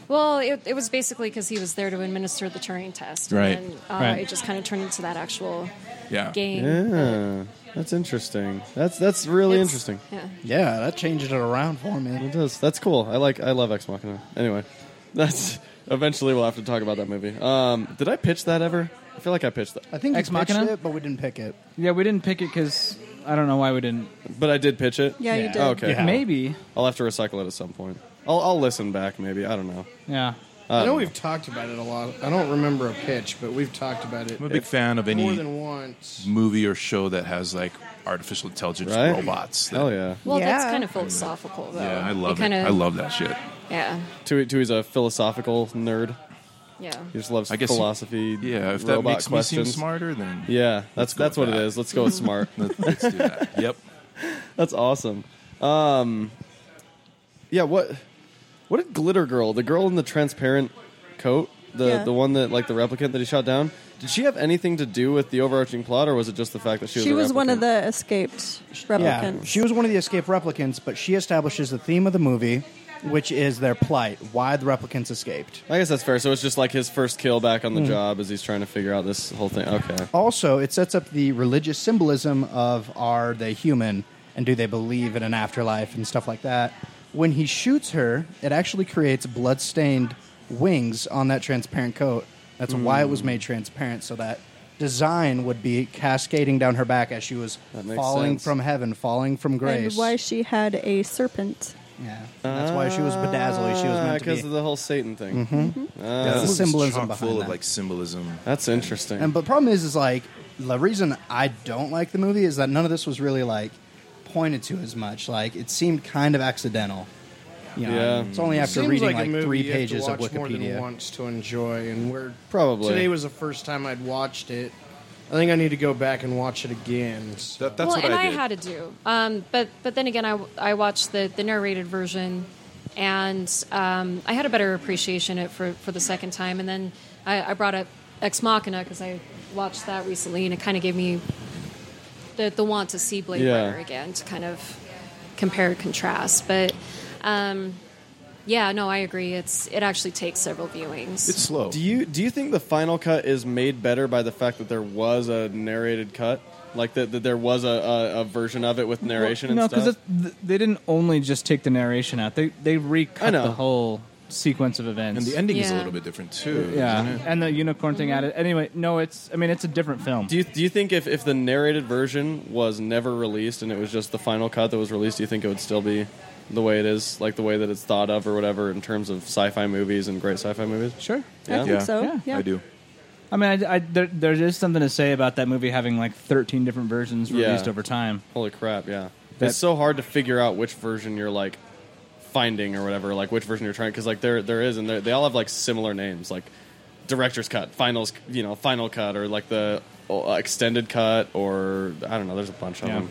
A: Well, it, it was basically because he was there to administer the Turing test,
F: Right.
A: And then, uh,
E: Right.
A: It just kind of turned into that actual
F: Yeah,
A: game.
B: Yeah, that's interesting. That's that's really
A: It's-
B: interesting.
A: Yeah.
C: Yeah, that changed it around for me.
B: It does. That's cool. I like. I love Ex Machina. Anyway, that's. Eventually, we'll have to talk about that movie. Um, did I pitch that ever? I feel like I pitched
C: I
B: that,
C: think
E: Ex
C: we pitched
E: Machina?
C: it, but we didn't pick it.
E: Yeah, we didn't pick it because I don't know why we didn't.
B: but I did pitch it.
H: Yeah, you
E: Yeah.
H: did.
B: Okay.
C: Yeah.
E: Maybe.
B: I'll have to recycle it at some point. I'll, I'll listen back. Maybe I don't know.
E: Yeah.
G: I know we've talked about it a lot. I don't remember a pitch, but we've talked about it
F: I'm a big fan of
G: more
F: any
G: than once.
F: movie or show that has like artificial intelligence
B: Right?
F: robots.
B: Hell yeah.
A: Well,
H: Yeah.
A: that's kind of philosophical, though.
F: Yeah, I love
A: kind
F: it.
A: Of,
F: I love that shit.
A: Yeah.
B: Tui, Tui's a philosophical nerd.
A: Yeah.
B: He just loves
F: I guess-
B: philosophy.
F: Yeah, if that
B: robot
F: makes
B: questions.
F: me seem smarter, then
B: Yeah, that's
F: Let's go
B: that's what
F: with
B: it
F: that.
B: is. Let's go with smart.
F: let's do that. Yep.
B: that's awesome. Um, yeah. What what did Glitter Girl, the girl in the transparent coat, the
H: Yeah.
B: the one that like the replicant that he shot down, did she have anything to do with the overarching plot, or was it just the fact that she was?
H: She
B: a
H: was one
B: replicant?
H: of the escaped replicants.
C: Yeah, she was one of the escaped replicants, but she establishes the theme of the movie, which is their plight, why the replicants escaped.
B: I guess that's fair. So it's just like his first kill back on the
C: Mm-hmm.
B: job as he's trying to figure out this whole thing. Okay.
C: Also, it sets up the religious symbolism of are they human and do they believe in an afterlife and stuff like that. When he shoots her, it actually creates blood-stained wings on that transparent coat. That's why it was made transparent, so that design would be cascading down her back as she was
B: That makes
C: falling
B: sense.
C: from heaven, falling from grace.
H: And why she had a serpent
C: Yeah, that's why she was bedazzled. She was meant to
B: because Ah, of
C: be. Mm-hmm.
B: the whole Satan thing.
C: That's the
F: This movie's
C: symbolism
F: chock
C: behind
F: full of
C: that.
F: like symbolism.
B: That's interesting.
C: And but the problem is, is like the reason I don't like the movie is that none of this was really like pointed to as much. Like it seemed kind of accidental. You know,
B: Yeah.
C: it's only after
G: Seems
C: reading
G: like,
C: like,
G: a movie
C: three
G: you have
C: pages
G: to
C: of
G: watch more than
C: Wikipedia.
G: once to enjoy, and we're
B: Probably.
G: today was the first time I'd watched it. I think I need to go back and watch it again. So.
F: That, that's
A: well,
F: what
A: and
F: I
A: I,
F: did.
A: had to do. Um, but but then again, I, I watched the, the narrated version, and um, I had a better appreciation it for for the second time. And then I, I brought up Ex Machina because I watched that recently, and it kind of gave me the the want to see Blade
B: Yeah.
A: Runner again to kind of compare and contrast. But um, yeah, no, I agree. It's it actually takes several viewings.
F: it's slow.
B: do you do you think the final cut is made better by the fact that there was a narrated cut, like that, that there was a, a, a version of it with narration
E: no,
B: and stuff?
E: because they didn't only just take the narration out; they they
B: I
E: recut
B: know.
E: the whole sequence of events.
F: and the ending is a
A: Yeah.
F: little bit different too.
E: yeah,
F: isn't it?
E: and the unicorn thing added. Anyway, no, it's I mean it's a different film.
B: do you do you think if, if the narrated version was never released and it was just the final cut that was released, do you think it would still be the way it is, like the way that it's thought of or whatever in terms of sci-fi movies and great sci-fi movies?
E: sure.
B: Yeah.
H: I think
F: Yeah.
H: so.
E: Yeah.
H: Yeah.
F: I do.
E: I mean, I, I, there, there is something to say about that movie having like 13 different versions
B: Yeah.
E: released over time.
B: Holy crap! Yeah,
E: That-
B: it's so hard to figure out which version you're like finding or whatever, like which version you're trying because like there there is and there- they all have like similar names, like director's cut, finals, you know, final cut, or like the uh, extended cut, or I don't know. There's a bunch of
E: Yeah.
B: them.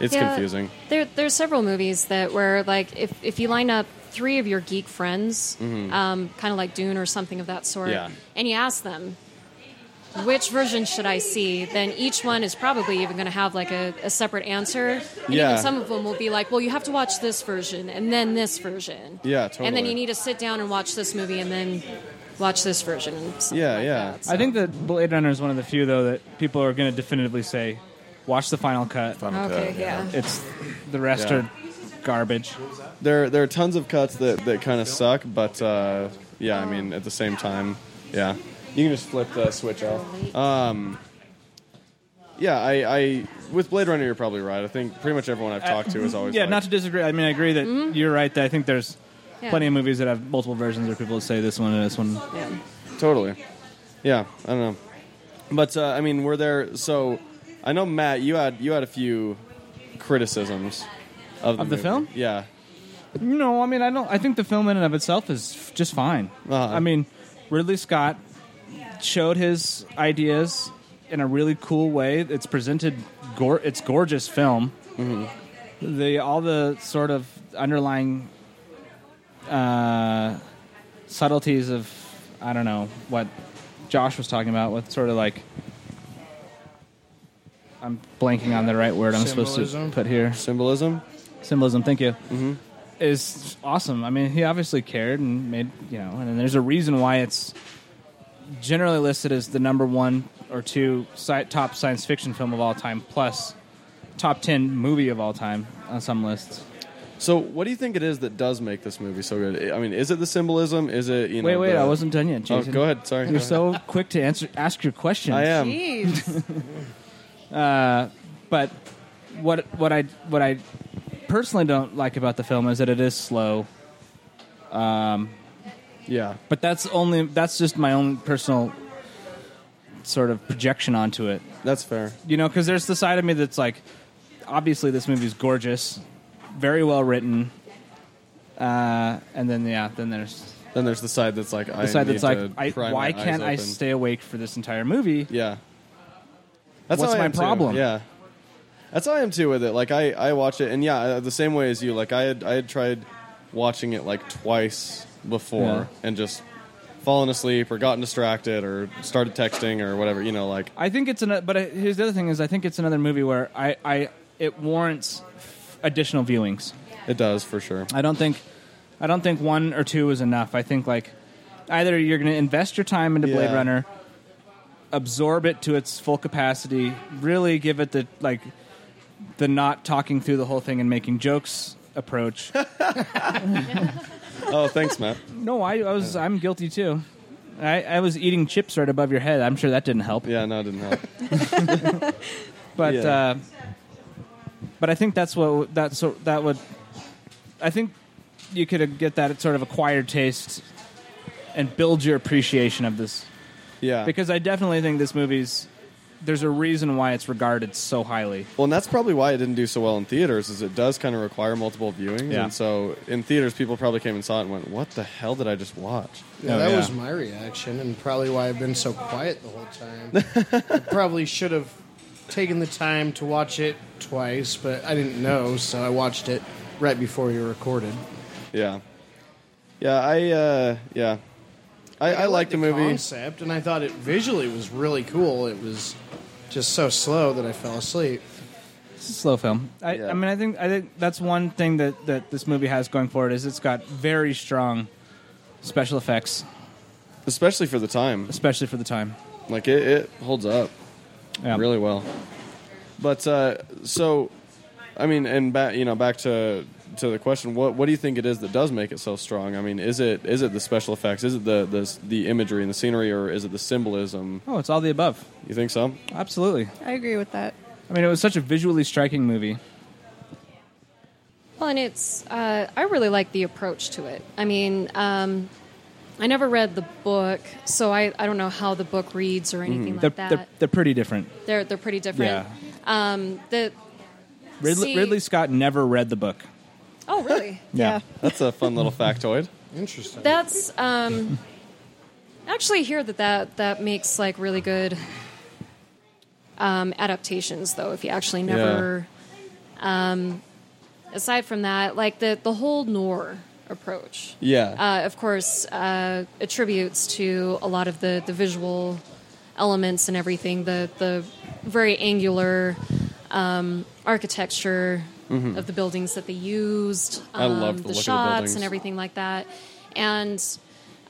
B: It's confusing.
A: There, there's several movies that where like if if you line up three of your geek friends, um, kind of like Dune or something of that sort,
B: Mm-hmm. Yeah.
A: and you ask them which version should I see, then each one is probably even going to have like a, a separate answer. And
B: Yeah.
A: even some of them will be like, well, you have to watch this version and then this version.
B: Yeah,
A: And then
B: totally.
A: you need to sit down and watch this movie and then watch this version. and something
B: Yeah,
A: like
B: yeah.
A: that,
E: I
A: so.
E: think that Blade Runner is one of the few though that people are going to definitively say, watch the final cut.
F: Final
A: Okay,
F: cut.
A: yeah.
E: It's the rest
B: Yeah.
E: are garbage.
B: There there are tons of cuts that that kind of suck, but uh, yeah, I mean at the same time, yeah, you can just flip the switch off. Um, Yeah, I, I with Blade Runner, you're probably right. I think pretty much everyone I've talked to is always
E: Uh, yeah,
B: like-
E: not to disagree. I mean, I agree that you're right. That I think there's
A: Yeah.
E: plenty of movies that have multiple versions, or people that say this one and this one.
A: Yeah.
B: Totally. Yeah, I don't know. But uh, I mean, were there? So I know Matt, you had you had a few criticisms of the,
E: Of the
B: movie.
E: film?
B: Yeah,
E: No, I mean, I don't. I think the film in and of itself is f- just fine.
B: Uh-huh.
E: I mean, Ridley Scott showed his ideas in a really cool way. It's presented. Gor- it's gorgeous film. The all the sort of underlying uh, subtleties of I don't know what Josh was talking about with sort of like. I'm blanking on the right word I'm supposed
G: Symbolism?
E: to put here
B: symbolism.
E: symbolism. Thank you.
B: Mm-hmm.
E: Is awesome. I mean, he obviously cared and made you know, and there's a reason why it's generally listed as the number one or two sci- top science fiction film of all time, plus top ten movie of all time on some lists.
B: So, what do you think it is that does make this movie so good? I mean, is it the symbolism? Is it you know?
E: wait, wait,
B: the-
E: I wasn't done yet,
B: Oh,
E: Jason.
B: go ahead. Sorry.
E: You're so quick to answer ask your questions.
B: I am.
H: Jeez.
E: but what what I what I personally don't like about the film is that it is slow.
B: Yeah.
E: But that's only that's just my own personal sort of projection onto it.
B: That's fair.
E: You know, because there's the side of me that's like, obviously this movie's gorgeous, very well written, uh, and then yeah, then there's
B: Then there's the side that's like
E: the
B: I
E: side
B: need
E: that's like,
B: to
E: I,
B: pry
E: why
B: my eyes
E: can't I
B: open.
E: stay awake for this entire movie?
B: Yeah. That's
E: What's
B: how I
E: my
B: am, too.
E: problem?
B: Yeah. That's how I am too with it. Like I, I watch it, and yeah, uh, the same way as you. Like I had, I had tried watching it like twice before,
E: Yeah.
B: and just fallen asleep or gotten distracted or started texting or whatever. You know, like
E: I think it's another. But I- here's the other thing: is I think it's another movie where I, I it warrants f- additional viewings.
B: it does for sure.
E: I don't think I don't think one or two is enough. I think like either you're going to invest your time into Blade
B: Yeah.
E: Runner, absorb it to its full capacity, really give it the like the not talking through the whole thing and making jokes approach.
B: Oh, thanks, Matt.
E: no, I, I was I'm guilty too. I, I was eating chips right above your head. I'm sure that didn't help.
B: Yeah, no, it didn't help.
E: But
B: Yeah.
E: uh, but I think that's what that's what, that would I think you could uh, get that sort of acquired taste and build your appreciation of this
B: yeah.
E: because I definitely think this movie's there's a reason why it's regarded so highly.
B: Well, and that's probably why it didn't do so well in theaters, is it does kind of require multiple viewings,
E: Yeah.
B: and so in theaters, people probably came and saw it and went, "What the hell did I just watch?"
G: Yeah,
E: Oh,
G: that
E: yeah.
G: was my reaction, and probably why I've been so quiet the whole time. I probably should have taken the time to watch it twice, but I didn't know, so I watched it right before you recorded.
B: Yeah, yeah, I, uh, yeah, I, I, like the, movie.
G: concept, and I thought it visually was really cool. It was just so slow that I fell asleep.
E: It's a slow film. I,
B: Yeah.
E: I mean, I think I think that's one thing that that this movie has going for it is it's got very strong special effects,
B: especially for the time.
E: especially for the time.
B: Like it, it holds up
E: Yeah.
B: really well. But uh, so, I mean, and back, you know, back to to the question, what what do you think it is that does make it so strong? I mean, is it is it the special effects? Is it the the the imagery and the scenery, or is it the symbolism?
E: Oh, it's all the above.
B: You think so?
E: Absolutely.
H: I agree with that.
E: I mean, it was such a visually striking movie.
A: Well, and it's uh, I really like the approach to it. I mean, um, I never read the book, so I, I don't know how the book reads or anything
E: They're,
A: like that.
E: they're they're pretty different.
A: They're they're pretty different.
E: Mm-hmm. Yeah.
A: Um, the
E: Ridley,
A: See-
E: Ridley Scott never read the book.
A: oh really?
H: Yeah.
B: That's a fun little factoid.
G: Interesting.
A: That's um, I actually hear that that that makes like really good um, adaptations though. If you actually never, um, aside from that, like the the whole Nor approach.
B: Yeah,
A: uh, of course, uh, attributes to a lot of the, the visual elements and everything, the, the very angular um, architecture of the buildings that they used,
B: Mm-hmm.
A: um,
B: I loved the look of the
A: shots
B: buildings.
A: and everything like that. And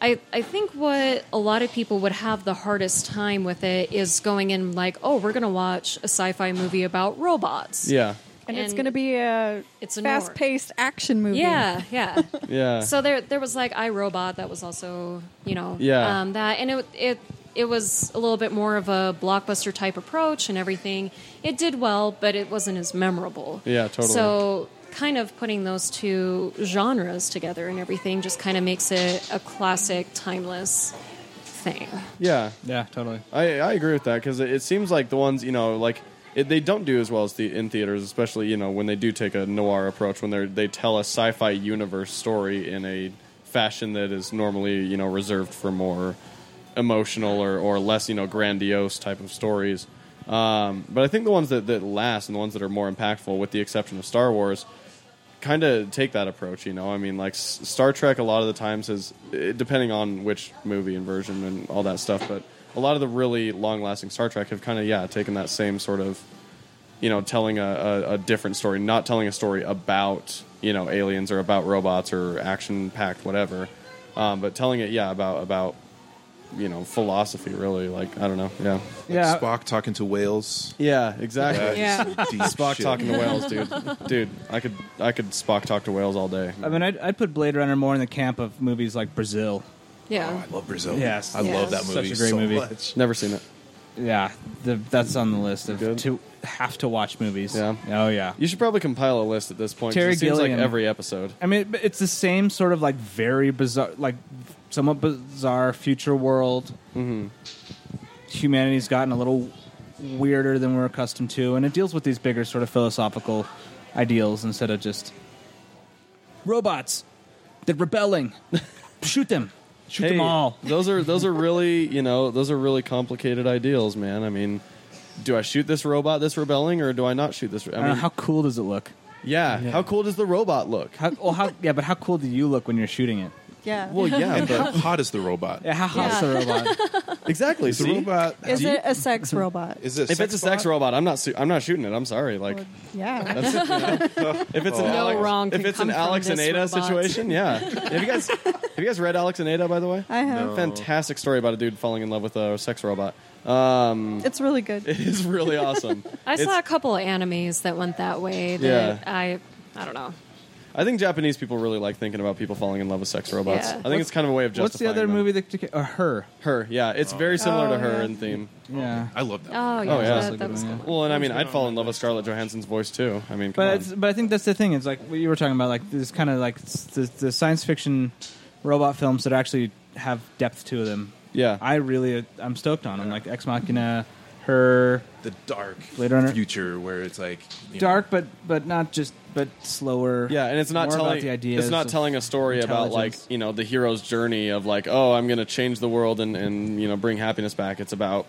A: I, I think what a lot of people would have the hardest time with it is going in like, oh, we're going to watch a sci fi movie about robots.
B: yeah,
H: And, it's
A: And
H: going to be a
A: it's a noir.
H: fast-paced action movie.
A: Yeah, yeah.
B: yeah.
A: So there, there was like iRobot that was also, you know,
B: Yeah.
A: um, that, and it, it, it was a little bit more of a blockbuster type approach and everything. It did well, but it wasn't as memorable.
B: Yeah, totally.
A: So kind of putting those two genres together and everything just kind of makes it a classic, timeless thing.
B: yeah,
E: Yeah, totally.
B: I, I agree with that because it, it seems like the ones you know like it, they don't do as well as the in theaters, especially you know when they do take a noir approach when they they tell a sci-fi universe story in a fashion that is normally you know reserved for more emotional or, or less you know grandiose type of stories. Um, but I think the ones that, that last and the ones that are more impactful, with the exception of Star Wars, kind of take that approach. You know, I mean, like S- Star Trek, a lot of the times is eh, depending on which movie and version and all that stuff. But a lot of the really long-lasting Star Trek have kind of yeah taken that same sort of you know telling a, a, a different story, not telling a story about you know aliens or about robots or action-packed whatever, um, but telling it yeah about about you know philosophy really like I don't know yeah
E: yeah.
F: Spock talking to whales.
B: yeah exactly.
H: Yeah.
B: Spock talking to whales, dude. Dude, I could I could Spock talk to whales all day.
E: I mean, I'd, I'd put Blade Runner more in the camp of movies like Brazil.
B: Oh,
A: Yeah.
F: I love Brazil.
E: Yes.
F: I
A: Yeah.
F: love that
E: Such
F: movie.
E: a great
F: so
E: movie.
F: Much.
B: Never seen it.
E: Yeah, the, that's on the list of
B: Good.
E: to have to watch movies.
B: Yeah.
E: Oh yeah.
B: You should probably compile a list at this point. 'cause
E: Terry
B: it seems
E: Gilliam.
B: like every episode.
E: I mean, but it's the same sort of like very bizarre, like somewhat bizarre future world. Humanity's gotten a little weirder than we're accustomed to, and it deals with these bigger sort of philosophical ideals instead of just robots. They're rebelling. Shoot them. Shoot them all.
B: those are those are really you know those are really complicated ideals, man. I mean, do I shoot this robot that's rebelling, or do I not shoot this? I
E: I
B: mean,
E: don't know, Uh, how cool does it look?
B: yeah, How cool does the robot look?
E: How, well, how, yeah, but how cool do you look when you're shooting it?
H: Yeah.
B: Well, yeah,
F: And how
B: but
F: hot is the robot?
E: Yeah, how
H: Yeah.
E: hot's the robot?
B: exactly.
F: Is the
B: see?
F: robot?
H: Is
B: Do
H: it a sex robot?
F: Is it?
B: If it's a sex robot, I'm not su- I'm not shooting it. I'm sorry. Like
H: yeah.
B: that's it, you know? if it's an
A: No
B: Alex,
A: wrong
B: if
A: can
B: it's
A: come
B: an
A: from
B: Alex and
A: this
B: Ada
A: robot.
B: situation, yeah. Have you guys have you guys read Alex and Ada by the way?
H: I have. No.
B: fantastic story about a dude falling in love with a sex robot. Um,
H: It's really good.
B: it is really awesome.
A: I
B: It's-
A: saw a couple of animes that went that way that
B: Yeah.
A: I, I don't know.
B: I think Japanese people really like thinking about people falling in love with sex robots.
A: Yeah.
B: I think it's kind of a way of justifying.
E: What's the other
B: them.
E: movie that took uh, her?
B: Her, yeah, it's very similar to
H: Oh,
B: her
H: yeah.
B: in theme.
E: Yeah.
F: I love that.
A: Oh yeah,
B: Oh, yeah.
A: that, that was cool.
B: Well, and I mean, I'd fall in love with Scarlett Johansson's voice too. I mean, come
E: But
B: on.
E: it's, but I think that's the thing. It's like what you were talking about, like this kind of like s- the, the science fiction robot films that actually have depth to them.
B: yeah,
E: I really I'm stoked on them. Like Ex Machina, her
F: the dark
E: Blade Runner.
F: future where it's like you know,
E: dark, but but not just but slower.
B: yeah, and it's not
E: more about
B: telling
E: the ideas
B: it's not
E: of-
B: telling a story about like
E: intelligence.
B: you know the hero's journey of like oh I'm going to change the world and and you know bring happiness back. It's about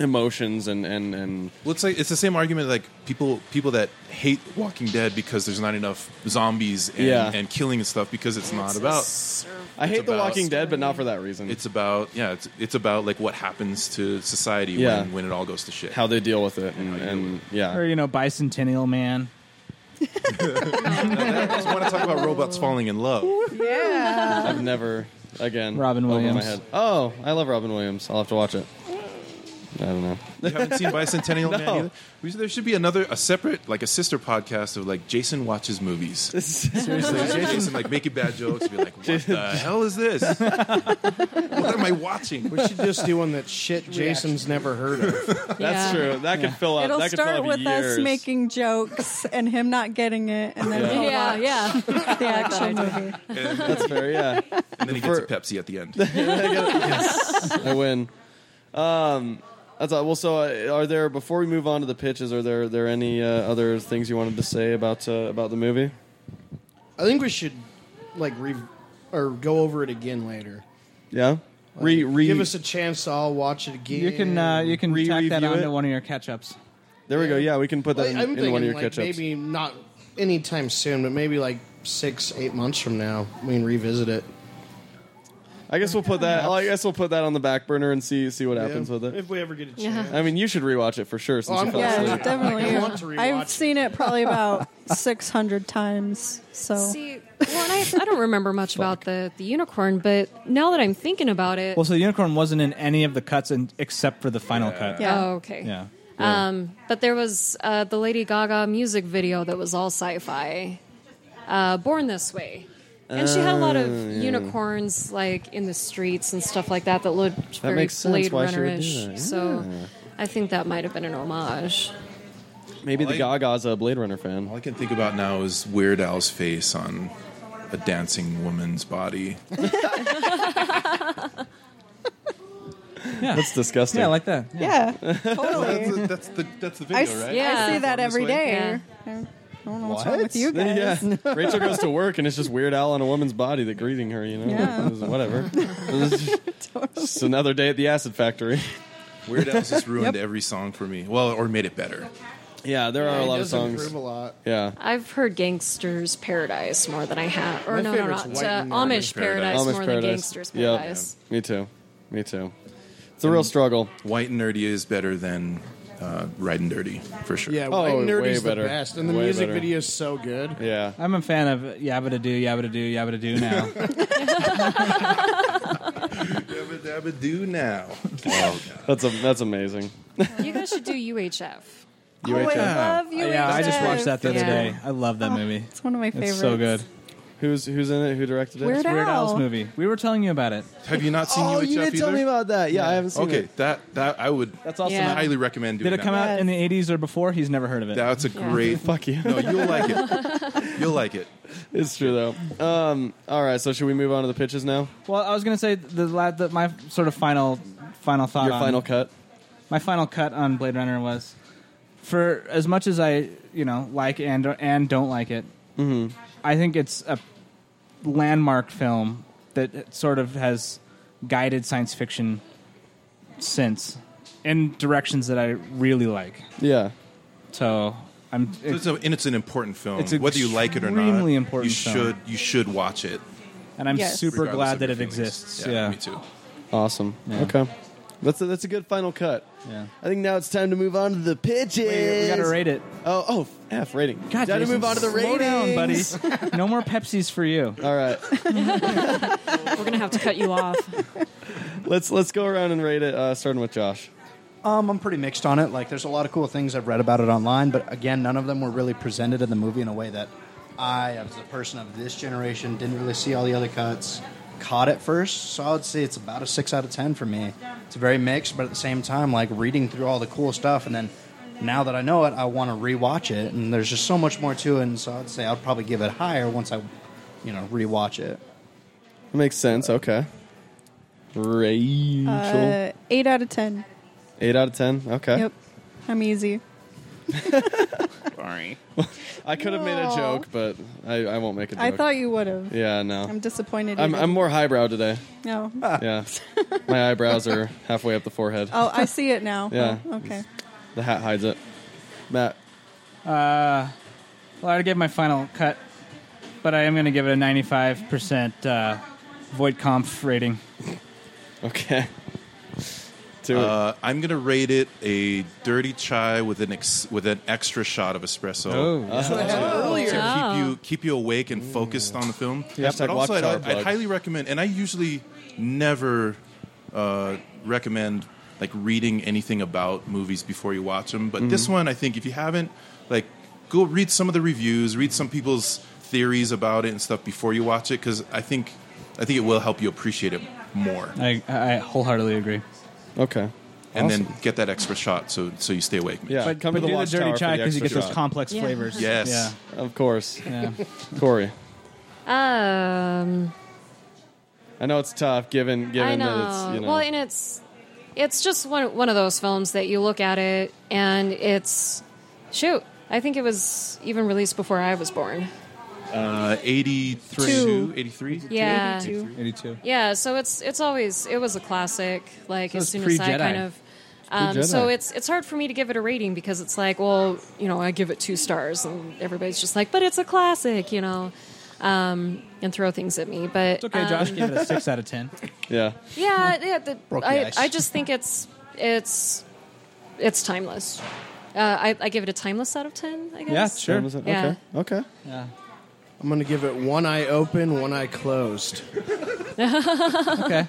B: emotions and and and
F: Well, it's like it's the same argument like people people that hate Walking Dead because there's not enough zombies and,
B: Yeah.
F: and killing and stuff because it's, not
A: It's a
F: about
A: sur-
B: I hate The
F: about-
B: Walking Dead, but not for that reason.
F: it's about yeah it's it's about like what happens to society
B: Yeah.
F: when, when it all goes to shit.
B: how they deal with it and,
F: how you deal
B: and
E: or
B: yeah,
E: you know Bicentennial Man.
F: I just want to talk about robots falling in love.
H: Yeah.
B: I've never again
E: Robin
B: over my
E: Williams.
B: head. Oh, I love Robin Williams. I'll have to watch it. I don't know.
F: You haven't seen Bicentennial Man
B: No.
F: either? We, there should be another, a separate, like a sister podcast of like Jason watches movies. Seriously, Jason like making bad jokes. Be like, what the hell is this? what am I watching?
G: We should just do one that shit Jason's never heard of.
B: That's
A: Yeah.
B: true. That could fill up.
H: It'll
B: Uh, that could fill
H: start
B: up
H: with
B: years.
H: us making jokes and him not getting it, and then he'll
A: Yeah, yeah.
H: watch the actual movie.
F: And,
B: That's fair. Yeah.
F: and then he gets a
B: For-
F: Pepsi at the end.
B: I win. Um, that's all. Well, so uh, are there? Before we move on to the pitches, are there there any uh, other things you wanted to say about uh, about the movie?
G: I think we should like re or go over it again later.
B: Yeah. Re re.
G: Give us a chance to all watch it again.
E: You can uh, you can tack that
B: Re-review
E: onto
B: it.
E: one of your catch ups.
B: there we go. Yeah, we can put that
G: Like,
B: in,
G: I'm
B: in
G: thinking
B: one of your
G: like
B: catch ups.
G: maybe not anytime soon, but maybe like six, eight months from now, we can revisit it.
B: I guess we'll put that. oh, I guess we'll put that on the back burner and see see what happens with it.
G: If we ever get a chance.
A: Yeah.
B: I mean, you should rewatch it for sure since
G: Oh,
B: you
G: I'm
B: fell
G: glad.
B: asleep.
H: Yeah,
G: I
H: definitely.
G: want to rewatch
H: I've
G: it.
H: seen it probably about 600 times. So
A: See, well, and I, I don't remember much about the, the unicorn, but now that I'm thinking about it,
E: Well, so the unicorn wasn't in any of the cuts in, except for the final cut.
H: Yeah.
A: oh, okay,
E: Yeah.
A: Um, but there was uh, the Lady Gaga music video that was all sci-fi, uh, "Born This Way," and she had a lot of
B: Oh,
A: unicorns like in the streets and stuff like that that looked very
B: makes sense
A: Blade
B: why she would do
A: Runner-ish.
B: that,
A: So, I think that might have been an homage.
B: Maybe the
F: I-
B: Gaga's a Blade Runner
F: All
B: fan.
F: I can think about now is Weird Al's face on a dancing woman's body.
E: Yeah.
B: That's disgusting.
E: yeah, I like that. Yeah.
H: yeah, totally.
F: That's the that's the video,
H: I, s-
F: right?
A: Yeah.
H: I see that
F: This
H: every
F: way.
H: day.
A: Yeah.
H: I I don't know what's wrong with you guys.
B: Yeah, Rachel goes to work and it's just Weird Al on a woman's body that greeting her. You know,
H: Yeah.
B: It was whatever. It's another day at the acid factory.
F: Weird Al's just ruined every song for me. Well, or made it better.
B: Yeah, there are a
G: It
B: lot of
G: does
B: songs.
G: improve a lot.
B: Yeah,
A: I've heard "Gangsters Paradise" more than I have, or
G: My
A: no, no,
G: favorite's
A: not
G: White
A: uh,
G: and
F: Amish
A: Amish Paradise,
F: Paradise.
B: Amish
A: more
B: Paradise.
A: than "Gangsters
B: Yep.
A: Paradise."
B: Me too. Me too. It's a real struggle.
F: White and Nerdy is better than uh, Riding Dirty, for sure.
G: Yeah,
B: Oh,
G: White
B: way
G: Nerdy's the
B: better.
G: best, and the
B: Way
G: music
B: better.
G: video is so good.
B: Yeah.
E: I'm a fan of Yabba to do, Yabba to do, Yabba to do now.
F: Dabba dabba do now. Wow.
B: That's a, that's amazing.
A: You guys should do UHF.
H: Oh, I love you.
E: yeah, I just watched that the other
A: Yeah.
E: day. I love that movie.
H: It's one of my favorites.
E: It's so good.
B: Who's who's in it? Who directed it?
H: Weird Al.
E: Weird Al's movie. We were telling you about it.
F: Have you not seen
B: Oh,
F: UHF
B: you did
F: either?
B: tell me about that. Yeah, I haven't seen
F: okay,
B: it.
F: that that I would
B: That's awesome.
A: Yeah.
F: highly recommend doing
E: Did it come
F: that.
E: out in the 80s or before? He's never heard of it.
F: That's a great
B: Fuck you.
F: No, you'll like it. You'll like it.
B: It's true though. Um. All right. So should we move on to the pitches now?
E: Well, I was going to say the, la- the my sort of final final thought
B: Your
E: on
B: final cut.
E: my final cut on Blade Runner was for as much as I you know like and and don't like it,
B: Mm-hmm.
E: I think it's a landmark film that sort of has guided science fiction since in directions that I really like.
B: Yeah.
E: So I'm
F: It's a, and it's an important film.
E: It's an
F: Whether you like it or not,
E: extremely important
F: you
E: film.
F: should you should watch it.
E: and I'm
H: Yes.
E: super
F: regardless
E: glad
F: of
E: that
F: your
E: it
F: feelings.
E: exists. Yeah,
F: me too.
B: Awesome. Okay. That's a, that's a good final cut.
E: Yeah.
B: I think now it's time to move on to the pitches.
E: We gotta rate it.
B: Oh, oh, F rating. time
E: God,
B: to
E: Jason,
B: move on to the
E: slow
B: ratings.
E: down, buddy. No more Pepsis for you.
B: All right.
A: We're gonna have to cut you off.
B: Let's let's go around and rate it. Uh, starting with Josh.
C: Um, I'm pretty mixed on it. Like, there's a lot of cool things I've read about it online, but again, none of them were really presented in the movie in a way that I, as a person of this generation, didn't really see all the other cuts. Caught it first, so I would say it's about a six out of ten for me. It's very mixed, but at the same time, like reading through all the cool stuff, and then now that I know it, I want to rewatch it, and there's just so much more to it. And so I'd say I'd probably give it higher once I, you know, rewatch it.
B: That makes sense. Okay. Rachel.
H: Uh, eight out of ten.
B: 8 out of 10. Okay.
H: Yep, I'm easy.
E: Sorry.
B: I could have made a
H: No.
B: joke, but I, I won't make a joke.
H: I thought you would have.
B: Yeah, no.
H: I'm disappointed. you
B: I'm, I'm
H: didn't.
B: more highbrow today.
H: no.
B: Yeah. My eyebrows are halfway up the forehead.
H: Oh, I see it now.
B: Yeah.
H: Oh, okay.
B: The hat hides it. Matt.
E: Uh, well, I already gave my final cut, but I am going to give it a 95% uh, void comp rating.
B: Okay. To
F: Uh, I'm gonna rate it a dirty chai with an ex- with an extra shot of espresso.
E: Oh.
A: earlier.
F: to
A: Wow.
F: keep you keep you awake and focused on the film.
B: Yep.
F: But
B: Hashtag
F: also,
B: watch
F: I'd,
B: our
F: I'd
B: blog.
F: highly recommend, and I usually never uh, recommend like reading anything about movies before you watch them. But
B: Mm-hmm.
F: this one, I think, if you haven't, like, go read some of the reviews, read some people's theories about it and stuff before you watch it, because I think I think it will help you appreciate it more,
E: I, I wholeheartedly agree.
B: it. Okay.
F: and then get that extra shot so so you stay awake.
B: Yeah.
E: but
B: come
E: but
B: to the
E: do the
B: Watchtower
E: dirty
B: for
E: chai because you get
B: extra
E: those
B: shot.
E: complex
A: Yeah.
E: flavors.
F: Yes.
B: Of course.
E: Yeah. Yeah.
B: Corey.
A: Um,
B: I know it's tough given given
A: I know.
B: that it's you know
A: Well, and it's it's just one one of those films that you look at it and it's shoot. I think it was even released before I was born.
F: Uh, 83,
H: Two.
F: 83?
A: Yeah.
E: 82.
A: Yeah, so it's it's always it was a classic. Like
E: So
A: as
E: it's
A: soon as I
E: pre-Jedi.
A: kind of, um,
B: pre-Jedi.
A: so it's it's hard for me to give it a rating because it's like, well, you know, I give it two stars, and everybody's just like, but it's a classic, you know, um, and throw things at me. But
E: It's okay,
A: um,
E: Josh gave it a 6 out of 10.
B: yeah.
A: Yeah, yeah. The,
C: Broke the
A: I
C: ice.
A: I just think it's it's it's timeless. Uh, I, I give it a timeless out of ten. I guess.
E: sure.
B: Was it?
A: Yeah.
B: Okay. Okay.
E: Yeah.
G: I'm going to give it one eye open, one eye closed.
E: Okay.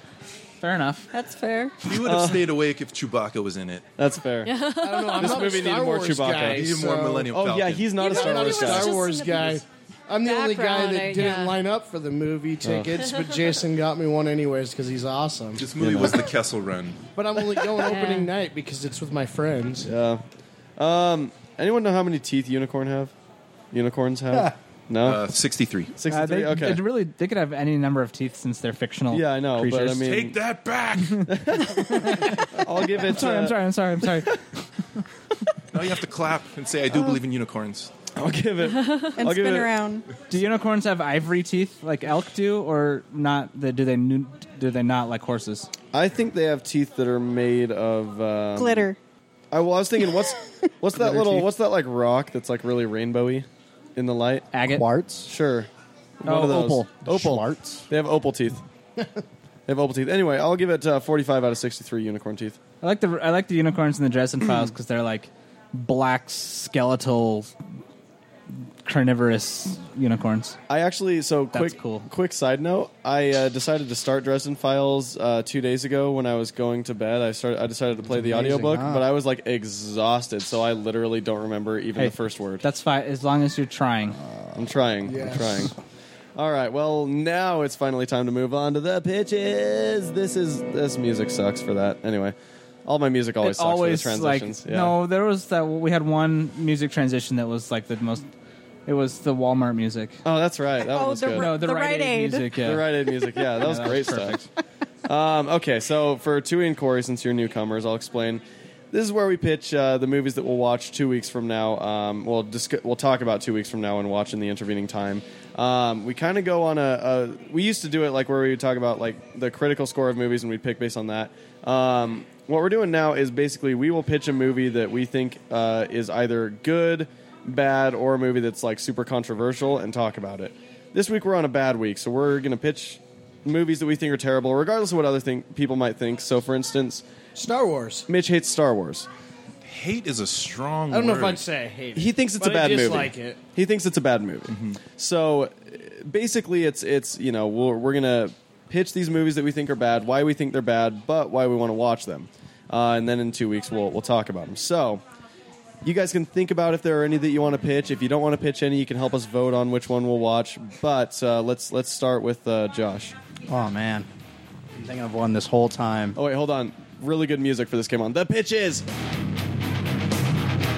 E: Fair enough.
H: That's fair.
F: You would have
B: Uh.
F: stayed awake if Chewbacca was in it.
B: That's fair.
G: I don't know. I'm
B: This
G: not a
B: movie needed
G: Star
B: more
G: Wars
B: Chewbacca.
G: Guy,
B: He
F: He's more
G: so-
F: Millennium
B: Oh
F: Falcon.
B: yeah, he's not a
A: Yeah,
B: Star
G: I'm not a
B: Wars guy.
A: just
G: Star
A: in
G: Wars
A: the
G: guy. I'm the only guy
A: background,
G: that
A: I-
G: didn't
A: yeah.
G: line up for the movie tickets, but Jason got me one anyways because he's awesome.
F: This movie was the Kessel Run.
G: But I'm only going opening night because it's with my friends.
B: Anyone know how many teeth unicorn have? Unicorns have? no.
F: Uh, 63.
E: Uh,
B: Sixty-three.
E: they,
B: okay.
E: they really, they could have any number of teeth since they're fictional.
B: yeah, I know, but I
E: creatures.
B: mean,
F: Take that back!
B: I'll give it.
E: Sorry, I'm
B: uh,
E: sorry, I'm sorry, I'm sorry.
F: now you have to clap and say, I do believe in unicorns.
B: I'll give it.
H: And
B: I'll give
H: spin
B: it-
H: around.
E: Do unicorns have ivory teeth like elk do, or not? That do they nu- do they not like horses?
B: I think they have teeth that are made of um,
H: Glitter.
B: I well, I was thinking, what's what's that
E: Glitter
B: little
E: teeth.
B: what's that like rock that's like really rainbowy in the light?
E: Agate.
C: Quartz,
B: Sure.
E: Oh,
B: One of those.
E: opal.
B: Opal.
C: Schwartz.
B: They have opal teeth. they have opal teeth. Anyway, I'll give it uh, 45 out of 63 unicorn teeth.
E: I like the I like the unicorns in the Dresden Files because they're like black skeletal carnivorous unicorns.
B: I actually so
E: That's
B: quick
E: cool.
B: quick side note. I uh, decided to start Dresden Files uh, two days ago when I was going to bed. I started. I decided to play the
C: amazing,
B: audiobook,
C: huh?
B: but I was like exhausted, so I literally don't remember even
E: Hey,
B: the first word.
E: That's fine as long as you're trying.
B: I'm trying. I'm
G: Yes.
B: trying. All right. Well, now it's finally time to move on to the pitches. This is this music sucks for that. Anyway, all my music Uh, always
E: it
B: sucks
E: always
B: for the
E: like
B: transitions. yeah.
E: no, there was that we had one music transition that was like the most. It was the Walmart music.
B: Oh, that's right. That one
H: Oh,
B: was
H: the
B: good.
H: ro-
E: No, the,
H: The
E: right
H: Rite Aid.
E: music. Yeah.
B: The Rite Aid music. Yeah, that was
E: that
B: great
E: was
B: stuff. Um, okay, so for Tui and Corey, since you're newcomers, I'll explain. This is where we pitch uh, the movies that we'll watch two weeks from now. Um, we'll disc- we'll talk about two weeks from now and watch in the intervening time. Um, we kind of go on a, a. We used to do it like where we would talk about like the critical score of movies and we'd pick based on that. Um, what we're doing now is basically we will pitch a movie that we think uh, is either good, bad, or a movie that's like super controversial and talk about it. This week we're on a bad week, so we're gonna pitch movies that we think are terrible, regardless of what other thing people might think. So, for instance,
G: Star Wars.
B: Mitch hates Star Wars.
F: Hate is a strong
G: I don't know if
F: word.
G: I'd say I hate it.
B: He thinks it's
G: but
B: a bad
G: I
B: movie.
G: dislike it.
B: He thinks it's a bad movie. So, uh, basically, it's it's you know we're, we're gonna pitch these movies that we think are bad, why we think they're bad, but why we want to watch them, uh, and then in two weeks we'll we'll talk about them. So. You guys can think about if there are any that you want to pitch. If you don't want to pitch any, you can help us vote on which one we'll watch. But uh, let's let's start with uh, Josh.
C: Oh man, I'm thinking of one this whole time.
B: Oh wait, hold on. Really good music for this came on. The pitches.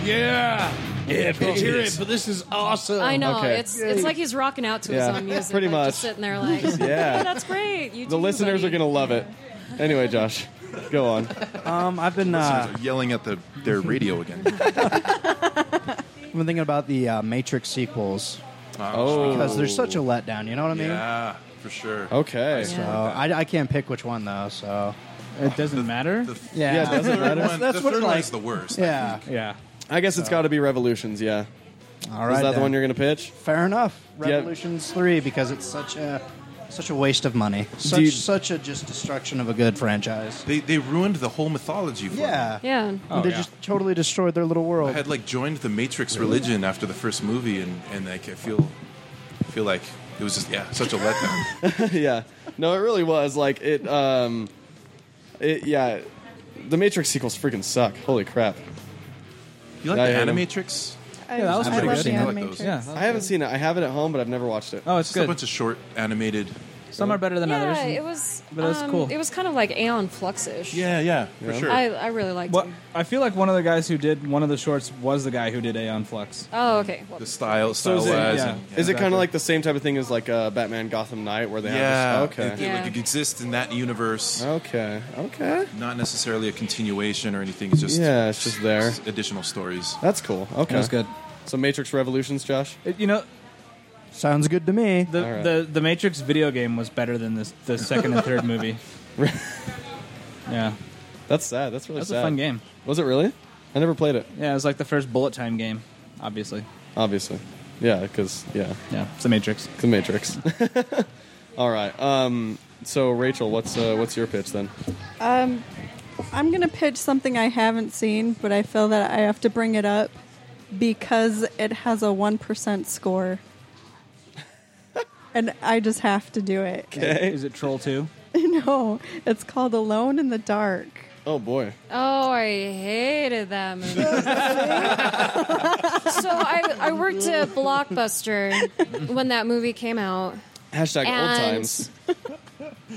G: Yeah.
B: Yeah,
G: Hear it, but this is awesome.
A: I know
B: Okay.
A: it's it's like he's rocking out to
B: Yeah.
A: his own music.
B: Pretty
A: like,
B: much.
A: just sitting there like,
B: Yeah.
A: that's great. You
B: The listeners are gonna love it. Anyway, Josh, go on.
C: Um, I've been uh,
F: yelling at the their radio again. Uh,
C: I've been thinking about the uh, Matrix sequels
F: oh,
C: because they're such a letdown. You know what I mean?
F: yeah, for sure.
B: Okay.
A: Yeah.
C: So I, I can't pick which one though. So
E: It doesn't matter.
F: The
C: yeah,
B: Yeah, it doesn't
F: third
B: matter.
F: one,
C: that's
F: the
C: what
F: third
C: I
F: one
C: like.
F: is the worst.
C: yeah.
E: yeah.
B: I guess it's got to be Revolutions. Yeah.
C: All right.
B: Is that the
C: then.
B: one you're gonna pitch?
C: Fair enough.
B: Yeah.
C: Revolutions three because it's such a such a waste of money. Such
B: Dude.
C: such a just destruction of a good franchise.
F: They they ruined the whole mythology. For me.
C: Yeah.
A: Yeah.
E: Oh,
C: they
E: yeah.
C: just totally destroyed their little
F: I
C: world.
F: had like joined the Matrix religion after the first movie, and and like I feel I feel like it was just yeah such a letdown.
B: yeah. No, it really was like it. Um, it yeah. The Matrix sequels freaking suck. Holy crap.
F: You like
B: Yeah, I
F: the
B: hate 'em.
F: Animatrix?
H: I,
E: Yeah, that was
H: I
E: pretty
H: love
E: good.
H: the
E: I
F: like those.
H: animatrix.
E: Yeah.
B: I haven't seen it. I have it at home, but I've never watched it.
E: Oh, it's
F: It's
E: good.
F: a bunch of short animated.
E: Some are better than
A: yeah,
E: others.
A: it was.
E: but it was
A: um,
E: cool.
A: It was kind of like Aeon Flux-ish.
F: Yeah, yeah, for sure.
A: I, I really liked
E: What
A: it.
E: I feel like one of the guys who did one of the shorts was the guy who did Aeon Flux.
A: Oh, okay. Well,
F: the style,
E: So
F: style
E: is it-
F: wise.
E: yeah.
F: and-
B: Is it kind
E: Exactly.
B: of like the same type of thing as like uh, Batman Gotham Knight, where they
F: Yeah, Oh.
B: have this?
F: It,
B: okay,
F: it, like,
A: Yeah.
F: it exists in that universe.
B: okay, okay.
F: Not necessarily a continuation or anything. It's just
B: Yeah, it's just there.
F: Additional stories.
B: That's cool. Okay,
E: was good.
B: So Matrix Revolutions, Josh.
E: It- you know,
C: Sounds good to me.
E: the,
B: All right.
E: the the Matrix video game was better than this, the second and third movie. yeah,
B: That's sad. That's really
E: that's
B: sad.
E: a fun game.
B: Was it really? I never played it.
E: Yeah, it was like the first bullet time game, obviously.
B: Obviously, yeah, because yeah,
E: Yeah, it's the Matrix.
B: the Matrix. All right. Um. So Rachel, what's uh, what's your pitch then?
H: I'm going to pitch something I haven't seen, but I feel that I have to bring it up because it has a 1% score. and I just have to do it.
E: Is it Troll Two?
H: No, it's called Alone in the Dark.
B: Oh boy.
A: Oh, I hated that movie. so I, I worked at Blockbuster when that movie came out,
B: Hashtag old
A: And-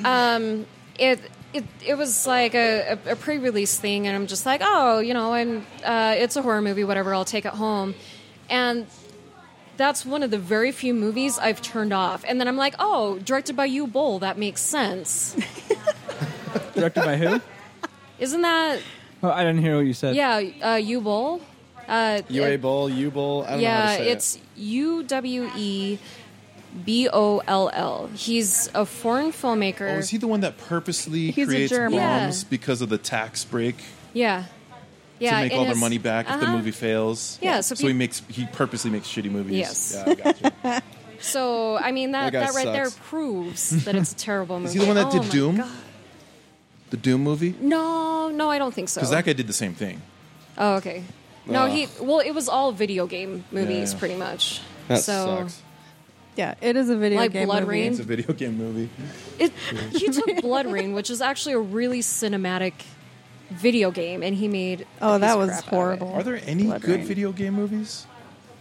B: times.
A: it it, it was like a, a, a pre-release thing and i'm just like oh you know and uh, it's a horror movie whatever i'll take it home and that's one of the very few movies i've turned off and then i'm like oh directed by you bull that makes sense
E: Directed by who?
A: isn't that
E: Oh, I didn't hear what you said.
A: yeah uh, you bull uh,
B: U A
A: it-
B: Bowl, U Bowl. I don't know how
A: yeah
B: to say it.
A: it's E u-w-e-b-o-l-l he's a foreign filmmaker
F: Oh, is he the one that purposely
H: He's a
F: creates
H: German.
F: bombs
A: Yeah.
F: because of the tax break
A: yeah yeah
F: to make
A: and
F: all their
A: it's-
F: money back if the
A: uh-huh.
F: movie fails?
A: Yeah, so
F: he
A: peop-
F: makes he purposely makes shitty movies.
A: Yes.
F: Yeah, I gotcha.
A: So I mean that
B: That guy
A: that, right there
B: sucks.
A: proves that it's a terrible movie.
F: Is he the one that
A: Oh
F: did
A: my
F: Doom?
A: God.
F: The Doom movie?
A: No, no, I don't think so.
F: Because that guy did the same thing.
A: oh, okay. No,
B: Ugh.
A: he. Well, it was all video game movies,
F: Yeah.
A: pretty much.
B: that
A: so
B: sucks.
H: Yeah, it is a video
A: Like
H: game.
A: Blood
H: movie.
A: Rain?
F: It's a video game movie.
A: it, he took Blood Rain, which is actually a really cinematic video game, and he made. a
H: Oh,
A: piece
H: that
A: of
H: was
A: crap out of
H: horrible.
F: Are there any
H: Blood
F: good
H: Rain.
F: video game movies?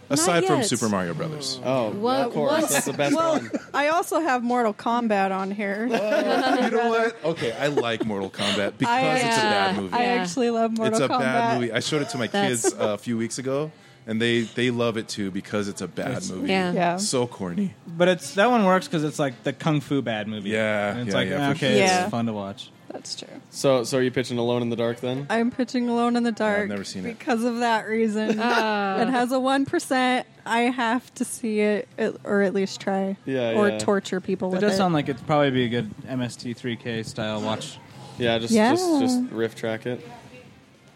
F: Aside from
A: yet.
F: Super Mario Brothers.
B: Oh,
A: What-
B: of course,
A: what's-
B: that's the best
H: Well,
B: one.
H: I also have Mortal Kombat on here.
F: you know what? Okay, I like Mortal Kombat because
H: I, uh,
F: it's a bad movie.
H: I actually love Mortal
F: it's a
H: Kombat.
F: bad movie. I showed it to my
A: That's-
F: kids uh, a few weeks ago, and they they love it too because it's a bad movie.
A: Yeah.
H: Yeah.
F: so corny.
E: But it's that one works because it's like the kung fu bad movie.
F: Yeah,
E: And it's
F: yeah,
E: like
F: yeah, for
E: okay,
H: sure.
E: it's
H: Yeah.
E: fun to watch.
H: That's true.
B: So, so are you pitching Alone in the Dark then?
H: I'm pitching Alone in the Dark.
F: never seen it.
H: because of that reason.
E: Ah.
H: it has a one percent. I have to see it, it- or at least try.
B: Yeah,
H: or
B: yeah.
H: torture people
E: It
H: with
E: does
H: it.
E: sound like it'd probably be a good MST3K style watch.
B: Yeah, just
H: Yeah.
B: just just riff track it.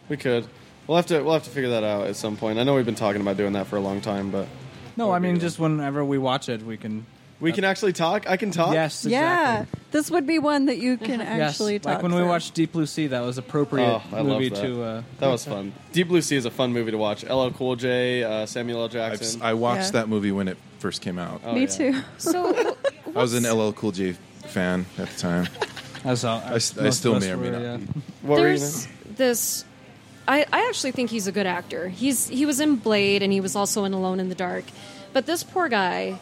B: We could. We'll have to we'll have to figure that out at some point. I know we've been talking about doing that for a long time, but
E: No, I
B: That'd be
E: mean
B: good.
E: just whenever we watch it, we can.
B: we can actually talk. I can talk.
E: Yes, exactly.
H: yeah, this would be one that you can actually
E: yes.
H: talk.
E: like when we
H: through.
E: watched Deep Blue Sea, that was appropriate
B: Oh, I love
E: movie
B: that.
E: to. Uh,
B: That was fun. Deep Blue Sea is a fun movie to watch. LL Cool J, uh, Samuel L.
F: I've, s-
B: Jackson.
F: I watched
H: Yeah.
F: that movie when it first came out.
B: Oh,
H: Me
B: yeah.
H: too.
A: So
F: I was an LL Cool J fan at the time.
E: I, saw,
F: I s- I still may or may not
B: What were you
A: there's this I, I actually think he's a good actor. He's he was in Blade and he was also in Alone in the Dark. But this poor guy,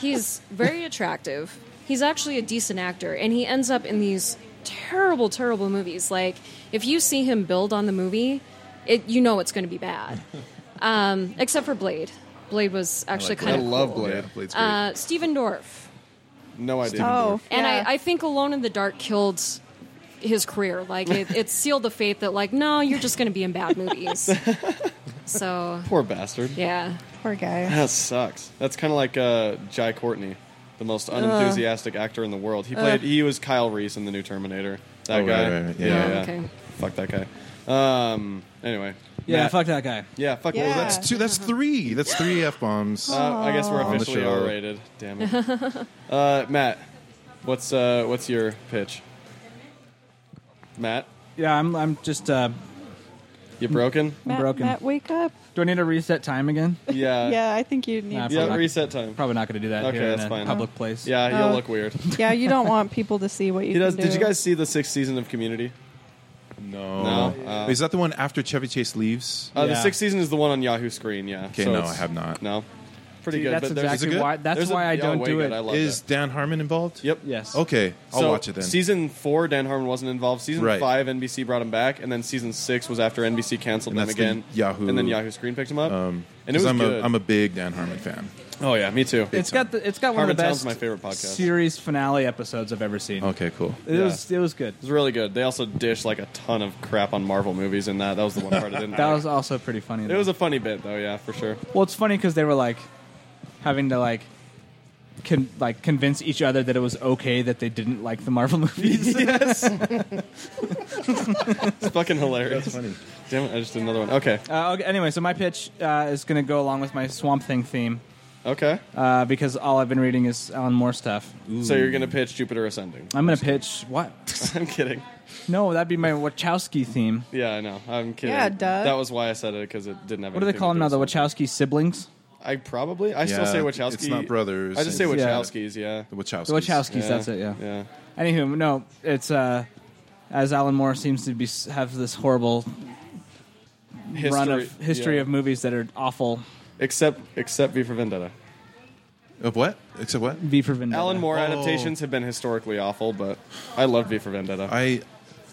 A: he's very attractive. He's actually a decent actor, and he ends up in these terrible, terrible movies. Like if you see him build on the movie, it you know it's going to be bad. Um, except for Blade. Blade was actually
F: like
A: kind
B: I
A: of
B: love
A: cool.
B: Blade.
F: Yeah, Blade's great.
A: Uh, Steven Dorff.
B: No idea.
H: Oh,
A: And
H: yeah.
A: I, I think Alone in the Dark killed his career. Like it, it sealed the fate that like, no, you're just going to be in bad movies. so
B: Poor bastard.
A: yeah,
H: poor guy.
B: That sucks. That's kind of like uh, Jai Courtney, the most unenthusiastic actor in the world. He played. He was Kyle Reese in the new Terminator. That
F: Oh, right,
B: guy.
F: right, right. Yeah,
A: yeah, yeah. okay.
B: Fuck that guy. Um. Anyway.
E: Yeah,
B: Matt-
E: fuck that guy.
B: Yeah. Fuck.
H: Yeah.
B: Well, that's.
F: That's two. That's three. That's three f
H: Oh.
F: bombs.
B: Uh, I guess we're
F: On the
B: officially
F: show.
B: R-rated. Damn it. uh, Matt, what's uh, what's your pitch? Matt,
E: Yeah, I'm. I'm just. Uh,
B: you broken?
H: Matt,
E: broken.
H: Matt, wake up.
E: do I need to reset time again?
B: Yeah.
H: yeah, I think you need.
E: Nah,
H: to.
B: Yeah. Reset time.
E: Probably not going to do that.
B: Okay,
E: here
B: that's
E: in a
B: fine.
E: Public place.
B: Yeah. You'll
H: Uh,
B: look weird.
H: yeah, you don't want people to see what you.
B: He does.
H: can
B: Did you
H: do.
B: guys see the sixth season of Community?
F: no.
B: No, uh,
F: Is that the one after Chevy Chase leaves?
B: Uh, The
E: Yeah.
B: sixth season is the one on Yahoo Screen. Yeah.
F: Okay,
B: So
F: no,
B: it's-
F: I have not.
B: No. Pretty
E: Dude,
B: good.
E: that's
B: but there's-
E: exactly
F: Is it good?
E: why. That's
B: there's a-
E: why I
B: yeah,
E: don't
B: way
E: do
B: good.
E: it.
B: I love
F: Is
B: that.
F: Dan Harmon involved?
B: Yep.
E: yes.
F: Okay, I'll
B: So,
F: watch it then.
B: Season four, Dan Harmon wasn't involved. Season
F: Right.
B: five, NBC brought him back, and then season six was after NBC canceled
F: And
B: him
F: that's the
B: again.
F: Yahoo-
B: and then Yahoo Screen picked him up. Um, and it
F: 'Cause
B: was
F: I'm
B: good.
F: a I'm a big Dan Harmon fan.
B: oh yeah, me too.
E: It's got the, it's got one of the
B: Harmontown's
E: best
B: my favorite podcast.
E: series finale episodes I've ever seen.
F: Okay, cool.
E: It
B: Yeah.
E: was it was good.
B: It was really good. They also dished like a ton of crap on Marvel movies in that. That was the one part I didn't.
E: That
B: like.
E: was also pretty funny.
B: It was a funny bit though, yeah, for sure.
E: well, it's funny because they were like having to like con- like convince each other that it was okay that they didn't like the Marvel movies. yes.
B: It's fucking hilarious.
F: funny.
B: Damn it, I just did another one. Okay,
E: Uh, okay, anyway, so my pitch uh, is going to go along with my Swamp Thing theme
B: okay.
E: uh, because all I've been reading is Alan Moore stuff.
B: So you're gonna pitch Jupiter Ascending?
E: I'm going to pitch what?
B: I'm kidding.
E: No, that'd be my Wachowski theme.
B: Yeah, I know. I'm kidding.
H: Yeah, duh.
B: That was why I said it because it didn't have.
E: What do they
B: anything
E: call
B: to
E: them
B: do
E: now? The
B: with-
E: Wachowski siblings?
B: I probably. I still
F: Yeah,
B: say
F: it's
B: Wachowski.
F: not brothers,
B: I just say
F: it's-
E: Yeah.
B: Wachowskis. Yeah.
F: The Wachowskis.
E: The Wachowskis. That's it.
B: Yeah.
E: Anywho, no, it's uh, as Alan Moore seems to be have this horrible run of history
B: yeah.
E: of movies that are awful.
B: except except V for Vendetta.
F: Of what? Except what?
E: V for Vendetta.
B: Alan Moore
F: Oh.
B: adaptations have been historically awful, but I love V for Vendetta.
F: I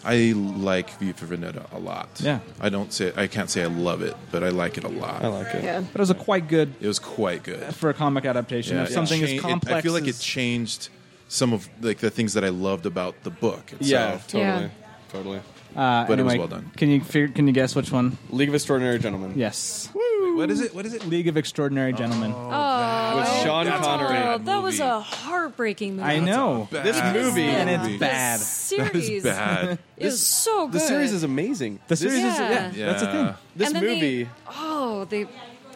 F: I like V for Vendetta a lot.
E: Yeah.
F: I don't say I can't say I love it, but I like it a lot.
B: I like it.
A: yeah.
E: but it was a quite good
F: It was quite good.
E: for a comic adaptation
F: Yeah,
E: of
F: it
E: something
F: cha-
E: as
F: it-
E: complex.
F: I feel like it
E: as-
F: changed some of like the things that I loved about the book. Itself.
B: Yeah, totally,
A: Yeah.
B: totally.
E: uh,
F: but it was
E: anyway,
F: well done.
E: Can you figure, can you guess which one?
B: League of Extraordinary Gentlemen.
E: Yes,
F: What is it? What is it?
E: League of Extraordinary Gentlemen.
A: Oh,
B: With Sean Connery.
A: oh,
F: bad
A: that was
F: movie.
A: a heartbreaking movie.
E: I know.
B: This movie-
E: And it's
A: This
E: bad.
A: Series
F: That was bad.
A: is so Oh, good.
B: The series is amazing.
E: The series is
A: Yeah.
E: yeah,
F: Yeah.
E: that's the thing.
B: This
A: and then
B: movie,
A: They, oh, they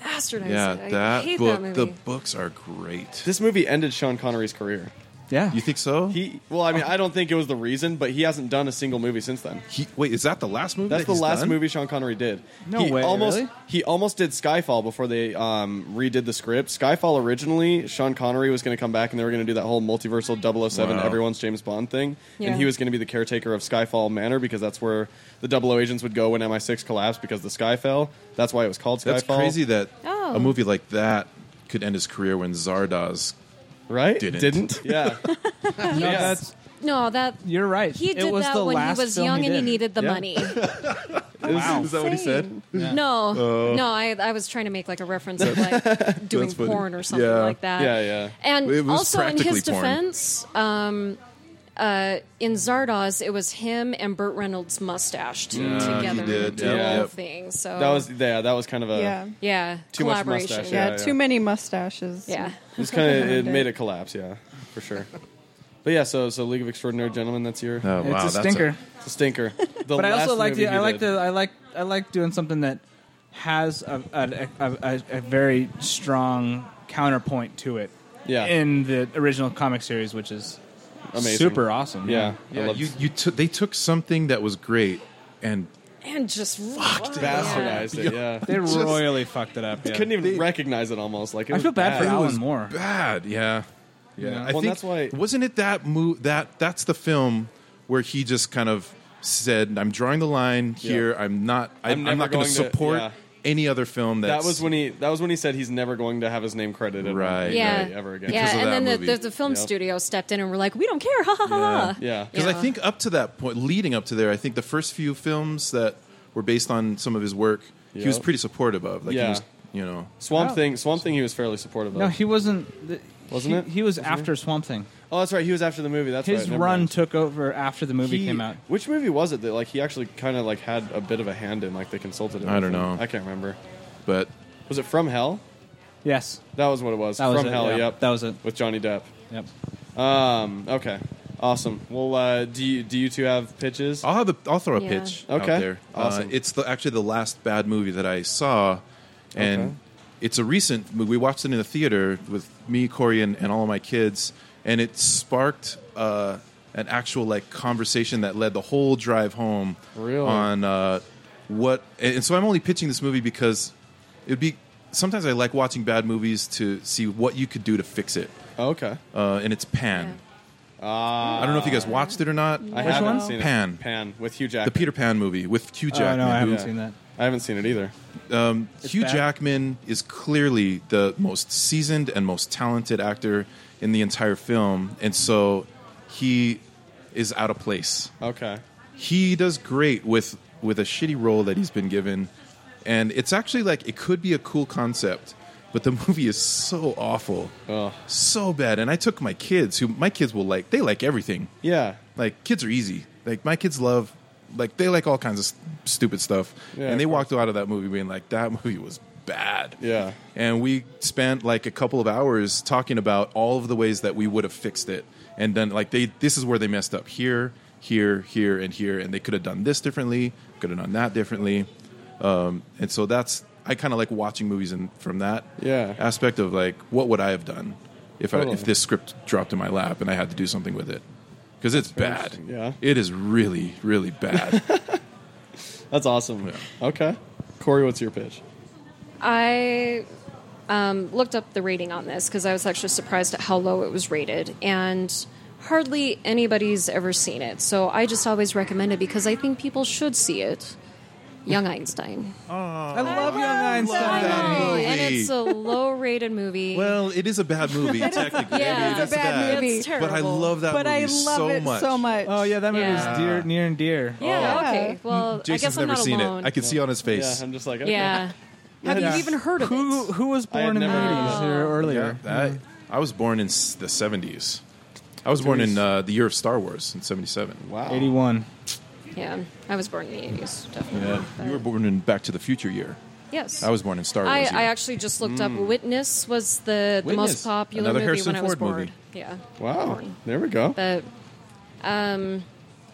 A: bastardized
F: Yeah,
A: it. I
F: that
A: hate
F: book.
A: that
F: the
A: movie.
F: books are great.
B: this movie ended Sean Connery's career.
E: Yeah,
F: you think so?
B: He, well, I mean, I don't think it was the reason, but he hasn't done a single movie since then.
F: He- wait, is that the last movie?
B: That's
F: that
B: the
F: he's
B: last
F: done?
B: movie Sean Connery did.
E: No
B: he
E: way,
B: Almost,
E: really?
B: He almost did Skyfall before they um, redid the script. Skyfall originally, Sean Connery was going to come back and they were going to do that whole multiversal 007,
F: Wow.
B: everyone's James Bond thing.
A: Yeah.
B: And he was going to be the caretaker of Skyfall Manor because that's where the 00 agents would go when MI6 collapsed because the sky fell. That's why it was called Skyfall.
F: That's crazy that
A: Oh.
F: a movie like that could end his career when Zardoz.
B: Right?
F: Didn't.
B: Yeah.
E: no, that's
A: No, that
E: you're right.
A: he
E: it
A: did
E: was
A: that
E: the
A: when
E: last
A: he was
E: film
A: young
E: he
A: and he
E: did.
A: needed the
E: Yeah.
A: money.
F: Wow. Is that what he said?
A: No, no, I, I was trying to make like a reference of like doing
F: That's funny.
A: porn or something
F: Yeah.
A: like that.
B: Yeah, yeah.
A: And
F: It was
A: also in his
F: practically porn.
A: defense, um, uh, in Zardoz, it was him and Burt Reynolds' mustache too
F: Yeah, he
A: together
F: did.
A: did the
B: Yeah.
A: whole
F: Yep.
A: thing. So
B: That was yeah, that was kind of a
H: Yeah.
A: yeah
B: Too much
A: collaboration.
B: mustache,
H: Yeah,
B: yeah, yeah.
H: too many mustaches.
A: yeah.
B: it was kind of it made it collapse, yeah, for sure. But yeah, so so League of Extraordinary Gentlemen, that's your
F: Oh, wow,
E: it's
F: that's
E: a stinker.
B: it's a stinker. The
E: but I also
B: last
E: like
B: movie
E: the
B: he
E: I like
B: did.
E: the I like I like doing something that has a a, a, a, a very strong counterpoint to it.
B: Yeah.
E: In the original comic series, which is
B: Amazing.
E: super awesome.
B: Yeah, I
F: Yeah,
B: loved-
F: you, you took they took something that was great and
A: and just
B: bastardized it. Yeah,
E: They royally fucked it up. Yeah.
B: couldn't even recognize it. Almost like it
E: I
B: was
E: feel bad for
B: bad.
E: Alan Moore.
F: bad. Yeah, yeah. I
B: Well,
F: think
B: that's why-
F: wasn't it that move that that's the film where he just kind of said, "I'm drawing the line here. I'm not. I,
B: I'm
F: I'm,
B: never
F: not going to
B: going to-
F: support
B: yeah.
F: any other film." That's,
B: That was when he. That was when he said he's never going to have his name credited,
F: Right.
A: yeah,
B: really ever again.
A: Yeah,
F: Because of
A: and
F: that
A: then the,
F: movie.
A: the, the film
B: Yep.
A: studio stepped in and were like, "We don't care, ha ha ha ha."
B: Yeah.
F: Because
A: Yeah.
F: I think up to that point, leading up to there, I think the first few films that were based on some of his work, he was
B: Yep.
F: pretty supportive of. Like
B: Yeah.
F: he was, you know.
B: Swamp
E: Wow.
B: Thing. Swamp Thing. He was fairly supportive of.
E: Oh. No, he wasn't. th-
B: Wasn't
E: he,
B: it?
E: He was after Swamp Thing.
B: oh, that's right. He was after the movie. That's right,
E: His
B: never
E: run
B: mind.
E: took over after the movie
B: He-
E: came out.
B: Which movie was it that like he actually kind of like had a bit of a hand in? Like they consulted him.
F: I
B: with
F: don't
B: him?
F: know.
B: I can't remember.
F: But
B: Was it From Hell?
E: Yes.
B: That was what it was.
E: That was
B: From
E: it,
B: Hell.
E: yeah.
B: Yep.
E: That was it.
B: With Johnny Depp.
E: Yep. Oh,
B: Um. Okay. Awesome. Well, uh, do you do you two have pitches?
E: Oh.
F: I'll have a, I'll throw a
A: Yeah.
F: pitch
B: Okay.
F: out there.
B: Awesome.
F: Uh, it's the, actually the last bad movie that I saw, and
B: Okay.
F: it's a recent movie. We watched it in the theater with me, Corey, and, and all of my kids, and it sparked uh, an actual like conversation that led the whole drive home
B: Really?
F: on uh, what. And, and so I'm only pitching this movie because it'd be sometimes I like watching bad movies to see what you could do to fix it,
B: Okay.
F: uh, and it's Pan.
B: Uh,
F: I don't know if you guys watched it or not.
B: I haven't
E: one?
B: seen it.
F: Pan.
B: Pan with Hugh
F: The
B: Jackman.
F: Peter Pan movie with Hugh
E: Oh,
F: Jackman.
E: no, I haven't
B: Yeah.
E: seen that.
B: I haven't seen it either.
F: Hugh
E: bad.
F: Jackman is clearly the most seasoned and most talented actor in the entire film, and so he is out of place.
B: Okay.
F: He does great with with a shitty role that he's been given, and it's actually like it could be a cool concept, but the movie is so awful,
B: Ugh.
F: so bad. And I took my kids, who my kids will like, they like everything.
B: Yeah.
F: Like kids are easy. Like my kids love like they like all kinds of s- stupid stuff.
B: Yeah,
F: and they
B: of
F: walked out of that movie being like that movie was bad.
B: Yeah.
F: And we spent like a couple of hours talking about all of the ways that we would have fixed it. And then like they this is where they messed up here, here, here and here and they could have done this differently, could have done that differently. Um, and so that's I kind of like watching movies in, from that
B: Yeah.
F: aspect of like what would I have done if I,
B: Totally.
F: if this script dropped in my lap and I had to do something with it because it's bad.
B: interesting, yeah.
F: it is really really bad.
B: That's awesome. Okay. Corey, what's your pitch?
A: I um, looked up the rating on this because I was actually surprised at how low it was rated, and hardly anybody's ever seen it. So I just always recommend it because I think people should see it. Young Einstein.
E: I love Young Einstein.
F: that movie.
A: And it's a low rated movie.
F: well, it is a bad movie technically.
A: Yeah,
F: I mean,
A: it's
H: a bad movie.
A: It's terrible.
F: But I love that
H: but
F: movie
H: I love
F: so
H: it
F: much.
H: so much.
E: Oh yeah, that movie
A: Yeah.
E: was dear, near and dear.
A: Yeah,
H: Yeah.
A: okay.
F: Oh.
A: Well, I guess
F: Mm-hmm. Jason's
A: I'm
F: never
A: not
F: seen
A: alone.
F: it. I can see on his face.
B: Yeah, I'm just like, okay.
A: yeah. Have
E: Yeah.
A: you even heard of
E: Who
A: it?
E: who was
B: I had
E: born in the
B: never heard
E: eighties
B: of
E: or
F: Yeah,
E: earlier?
F: that- I was born in s- the seventies. I was born in uh, the year of Star Wars in '77.
B: Wow.
E: Eighty one.
A: Yeah, I was born in the 80s, definitely.
F: You were born in Back to the Future year.
A: Yes.
F: I was born in Star Wars.
A: I,
F: year. Mm.
A: I actually just looked up Witness was the, the
F: Witness.
A: most popular
F: Another
A: movie
F: Harrison
A: when I was
F: Ford
A: bored.
F: movie.
A: Yeah.
B: Wow.
A: Born.
B: There we go.
A: But um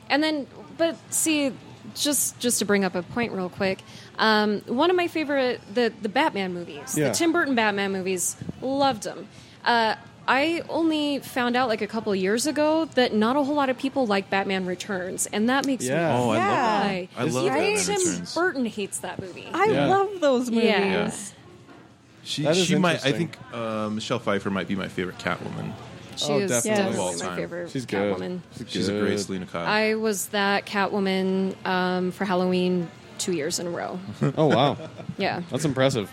A: and then but see just just to bring up a point real quick. Um, one of my favorite the the Batman movies,
B: Yeah.
A: the Tim Burton Batman movies, loved them. Uh I only found out like a couple years ago that not a whole lot of people like Batman Returns, and that makes
B: Yeah.
F: oh,
A: me
F: I love that.
H: yeah.
A: cry.
F: I love
A: Even
H: Batman
A: Tim
F: Returns.
A: Burton hates that movie.
H: I
B: Yeah.
H: love those movies.
A: Yeah.
F: She,
B: That is
F: she might. I
B: interesting.
F: think uh, Michelle Pfeiffer might be my favorite Catwoman.
A: She
B: Oh,
A: is
B: definitely.
A: definitely,
F: Of all
A: my
F: time.
A: favorite
B: She's good.
A: Catwoman.
F: She's a great
B: Good.
F: Selena Kyle.
A: I was that Catwoman um, for Halloween two years in a row.
B: Oh, wow.
A: yeah.
B: That's impressive.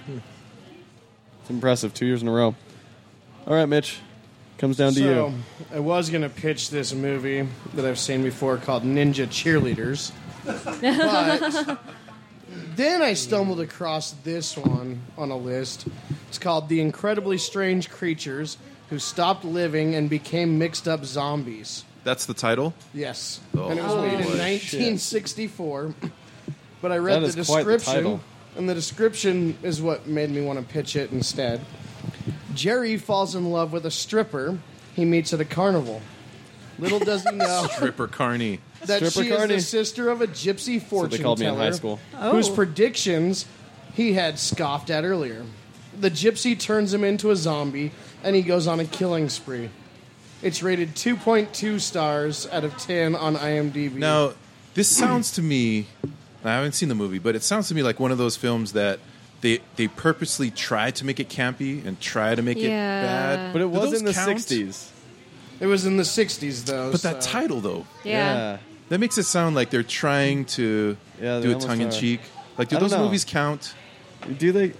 B: It's impressive. Two years in a row. All right, Mitch. Comes down to
G: So,
B: you.
G: I was going to pitch this movie that I've seen before called Ninja Cheerleaders. but then I stumbled across this one on a list. It's called The Incredibly Strange Creatures Who Stopped Living and Became Mixed Up Zombies.
F: That's the title.
G: Yes.
F: Oh,
G: and it was made in
F: boy.
G: 1964. But I read
B: That
G: the
B: is quite the
G: description,
B: title.
G: and the description is what made me want to pitch it instead. Jerry falls in love with a stripper he meets at a carnival. Little does he know
F: Ripper Carney.
G: that
B: Stripper
G: she
B: Carney.
G: is the sister of a gypsy
B: what
G: fortune
B: they called me in
G: teller
B: high school.
G: whose
H: Oh.
G: predictions he had scoffed at earlier. The gypsy turns him into a zombie, and he goes on a killing spree. It's rated 2.2 stars out of 10 on IMDb.
F: Now, this sounds to me. I haven't seen the movie, but it sounds to me like one of those films that they they purposely try to make it campy and try to make
A: Yeah.
F: it bad.
B: But it
F: Do
B: was
F: those
B: in the
F: count?
B: 60s.
G: It was in the 60s, though.
F: But that
G: so-
F: title, though,
A: Yeah.
F: That makes it sound like they're trying to
B: Yeah, they
F: do it
B: almost
F: tongue in
B: are.
F: cheek. Like, do
B: I don't
F: those
B: know.
F: movies count?
B: Do they?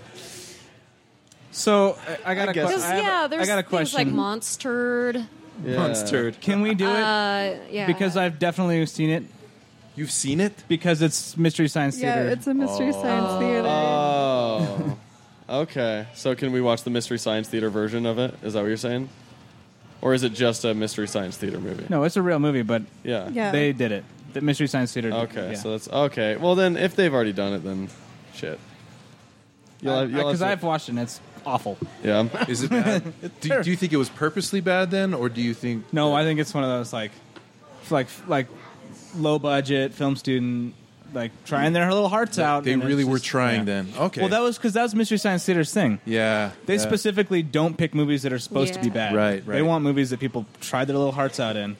E: So I, I got
B: I
E: a
B: guess-
E: que-
A: Because
E: I have a-
A: yeah, there's
E: I got a
A: things
E: question.
A: like monstered.
B: Yeah.
F: Monstered.
E: Can we do it?
A: Uh, yeah,
E: Because I've definitely seen it
F: You've seen it?
E: because it's Mystery Science
H: Yeah,
E: Theater.
H: it's a mystery science theater.
B: Oh. okay. So can we watch the Mystery Science Theater version of it? Is that what you're saying? Or is it just a Mystery Science Theater movie?
E: no, it's a real movie, but
B: Yeah.
H: Yeah.
E: they did it. The Mystery Science Theater. did it,
B: Okay.
E: yeah.
B: So that's okay. Well, then if they've already done it, then shit. You'll have- you'll have
E: because
B: to-
E: I've watched it, and it's awful.
B: yeah.
F: Is it bad? do, do you think it was purposely bad then, or do you think
E: No, I think it's one of those like, like, like, low budget film student like trying their little hearts out.
F: they
E: and it's
F: really were
E: just-
F: trying
E: yeah.
F: then? Okay.
E: Well, that was because that was Mystery Science Theater's thing.
F: yeah.
E: They
F: yeah.
E: specifically don't pick movies that are supposed to be
A: Yeah.
E: bad.
F: Right, right.
E: They want movies that people try their little hearts out in.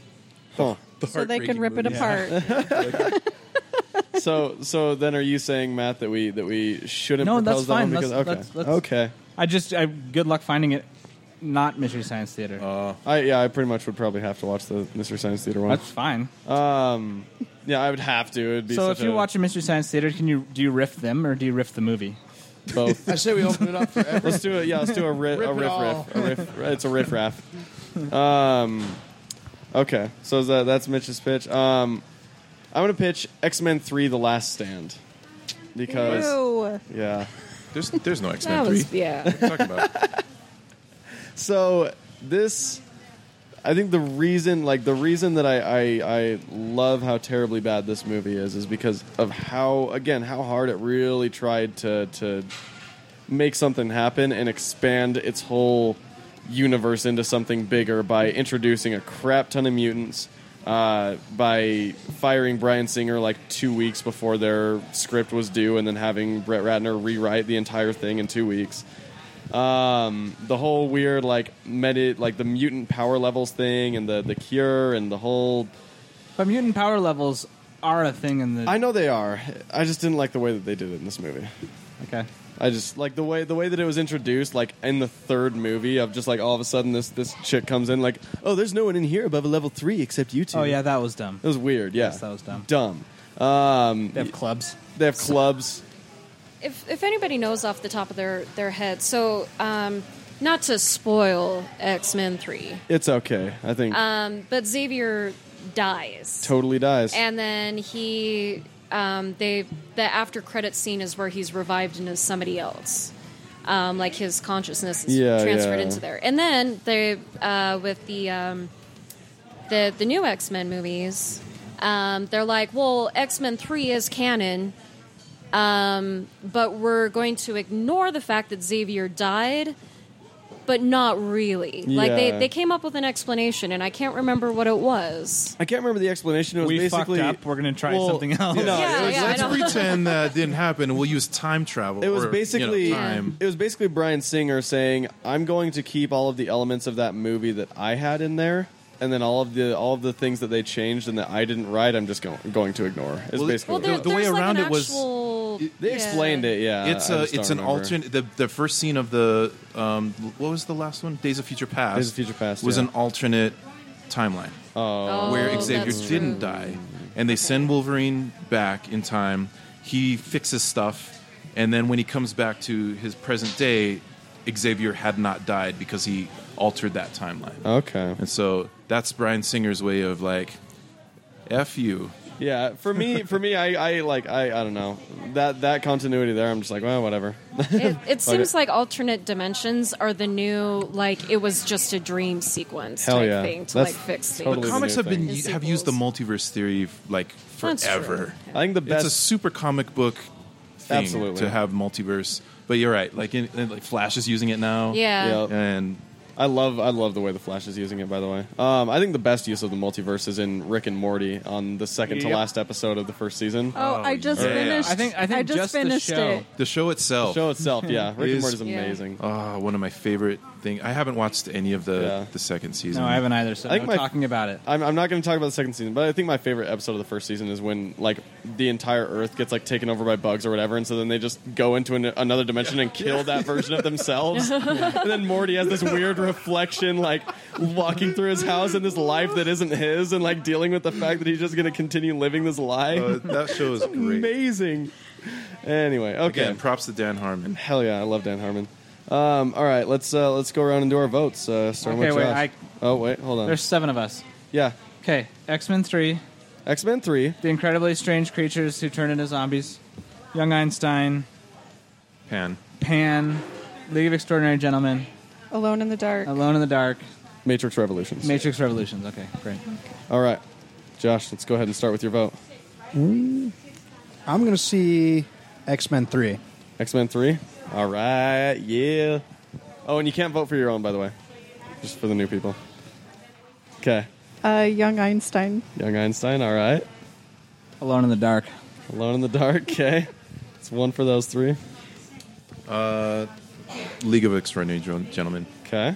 B: Huh.
H: so they can
F: Heartbreaking
H: rip it
F: movie.
H: apart.
B: so so then are you saying Matt that we that we shouldn't
E: No,
B: propose
E: that's
B: that one
E: fine.
B: because
E: Let's-
B: okay
E: let's- let's-
B: okay
E: I just, I good luck finding it. Not Mystery Science Theater.
B: I yeah I pretty much would probably have to watch the Mystery Science Theater one.
E: That's fine.
B: um yeah I would have to. It'd be
E: so
B: such
E: if you
B: a-
E: watch a Mystery Science Theater, can you do you riff them or do you riff the movie?
B: both
G: I say we open it up for everyone.
B: Let's do it. Yeah, let's do a, ri-
G: Rip
B: a
G: it
B: riff
G: all.
B: riff. A riff. It's a riff raff. Um, okay, so is that, that's Mitch's pitch. Um, I'm gonna pitch X Men Three: The Last Stand because
H: Ew.
B: yeah.
F: There's, there's no X Men
A: that
F: three.
A: was yeah.
F: What are you talking about?
B: So this, I think the reason, like the reason that I, I I love how terribly bad this movie is, is because of how again how hard it really tried to to make something happen and expand its whole universe into something bigger by introducing a crap ton of mutants. Uh, by firing Brian Singer like two weeks before their script was due, and then having Brett Ratner rewrite the entire thing in two weeks um, the whole weird like medi like the mutant power levels thing and the the cure and the whole
E: But mutant power levels are a thing in the.
B: I know they are. I just didn't like the way that they did it in this movie.
E: okay.
B: I just like the way the way that it was introduced, like in the third movie, of just like all of a sudden this this chick comes in, like, oh, there's no one in here above a level three except you two.
E: Oh yeah, that was dumb.
B: it was weird. Yeah,
E: Yes, that was dumb.
B: Dumb. Um,
E: They have clubs.
B: they have clubs.
A: If if anybody knows off the top of their their head, so um, not to spoil X Men Three,
B: It's okay. I think
A: um, but Xavier dies.
B: totally dies.
A: and then he um, they the after credit scene is where he's revived into somebody else um, like his consciousness is
B: Yeah,
A: transferred
B: yeah.
A: into there and then they uh, with the um, the the new x-men movies um, they're like well x-men 3 is canon um, but we're going to ignore the fact that xavier died but not really like they,
B: Yeah.
A: they came up with an explanation and i can't remember what it was
B: I can't remember the explanation. It was
E: We
B: basically
E: fucked up. We're gonna try
B: Well,
E: something else.
B: yeah.
A: Yeah,
F: It was,
A: yeah, I
F: let's
A: know.
F: pretend that didn't happen, and we'll use time travel.
B: It was
F: or, you know,
B: basically
F: time.
B: it was basically Brian Singer saying, "I'm going to keep all of the elements of that movie that I had in there, and then all of the all of the things that they changed and that I didn't write, I'm just going going to ignore." It's
F: Well, it-
B: basically
A: Well,
B: what
A: there,
B: it
F: the way
A: there's like
F: around
A: an
F: it was-
A: actual,
B: was. they explained it. Yeah,
F: It's
B: I
F: a
B: uh, just
F: it's
B: don't
F: an
B: remember.
F: alternate. The, the first scene of the um, what was the last one? Days of Future Past.
B: Days of Future Past,
F: was
B: yeah.
F: an alternate timeline
A: Oh,
F: where Xavier didn't die, and they send Wolverine back in time. He fixes stuff, and then when he comes back to his present day, Xavier had not died because he altered that timeline.
B: Okay.
F: And so that's Brian Singer's way of like, f you.
B: Yeah. For me, for me, I, I like I, I don't know that that continuity there. I'm just like, well, whatever.
A: It, it seems
B: Okay.
A: like alternate dimensions are the new like it was just a dream sequence
B: Hell
A: type
B: yeah.
A: thing to
B: That's
A: like fix things.
B: totally But
F: Comics have been
A: thing.
F: have used the multiverse theory like
A: That's true.
F: forever.
B: I think the best.
F: it's a super comic book thing
B: Absolutely.
F: to have multiverse. But you're right. Like, in, in- like Flash is using it now.
A: Yeah.
B: Yep.
F: And
B: I love I love the way the Flash is using it. By the way, um, I think the best use of the multiverse is in Rick and Morty on the second to
E: Yep.
B: last episode of the first season.
H: Oh, I just
F: yeah.
H: finished.
E: I think- I think
H: just,
E: just the
H: finished
E: show.
H: it.
F: the show itself,
B: show itself, yeah. Rick and
F: Is-
B: Morty is
A: Yeah.
B: amazing.
F: Ah, one of my favorite thing. I haven't watched any of the
B: Yeah.
F: the second season.
E: No, I haven't either. So
B: I think
E: no
B: my-
E: talking about it.
B: I'm, I'm not going to talk about the second season, but I think my favorite episode of the first season is when like the entire Earth gets like taken over by bugs or whatever, and so then they just go into an, another dimension and kill that version of themselves, and then Morty has this weird reflection, like walking through his house in this life that isn't his, and like dealing with the fact that he's just going to continue living this lie.
F: Uh, that show is great.
B: Amazing. Anyway, okay.
F: Again, props to Dan Harmon.
B: Hell yeah, I love Dan Harmon. Um, all right, let's uh, let's go around and do our votes. Uh, starting
E: Okay,
B: with
E: wait,
B: Josh.
E: I-
B: oh wait, hold on.
E: There's seven of us.
B: yeah,
E: Okay, X Men 3,
B: X Men Three.
E: The Incredibly Strange Creatures Who Turn Into Zombies, Young Einstein,
F: Pan.
E: Pan, League of Extraordinary Gentlemen,
H: Alone in the dark.
E: Alone in the Dark,
B: Matrix Revolutions.
E: Matrix Revolutions. Okay, great.
B: All right, Josh, let's go ahead and start with your vote.
C: I'm going to see X Men 3.
B: X Men Three. All right, yeah. Oh, and you can't vote for your own, by the way, just for the new people. Okay,
H: Uh, young Einstein.
B: Young Einstein. All right,
E: Alone in the Dark.
B: Alone in the Dark. Okay, it's one for those three.
F: League of Extraordinary Gen- Gentlemen.
B: Okay,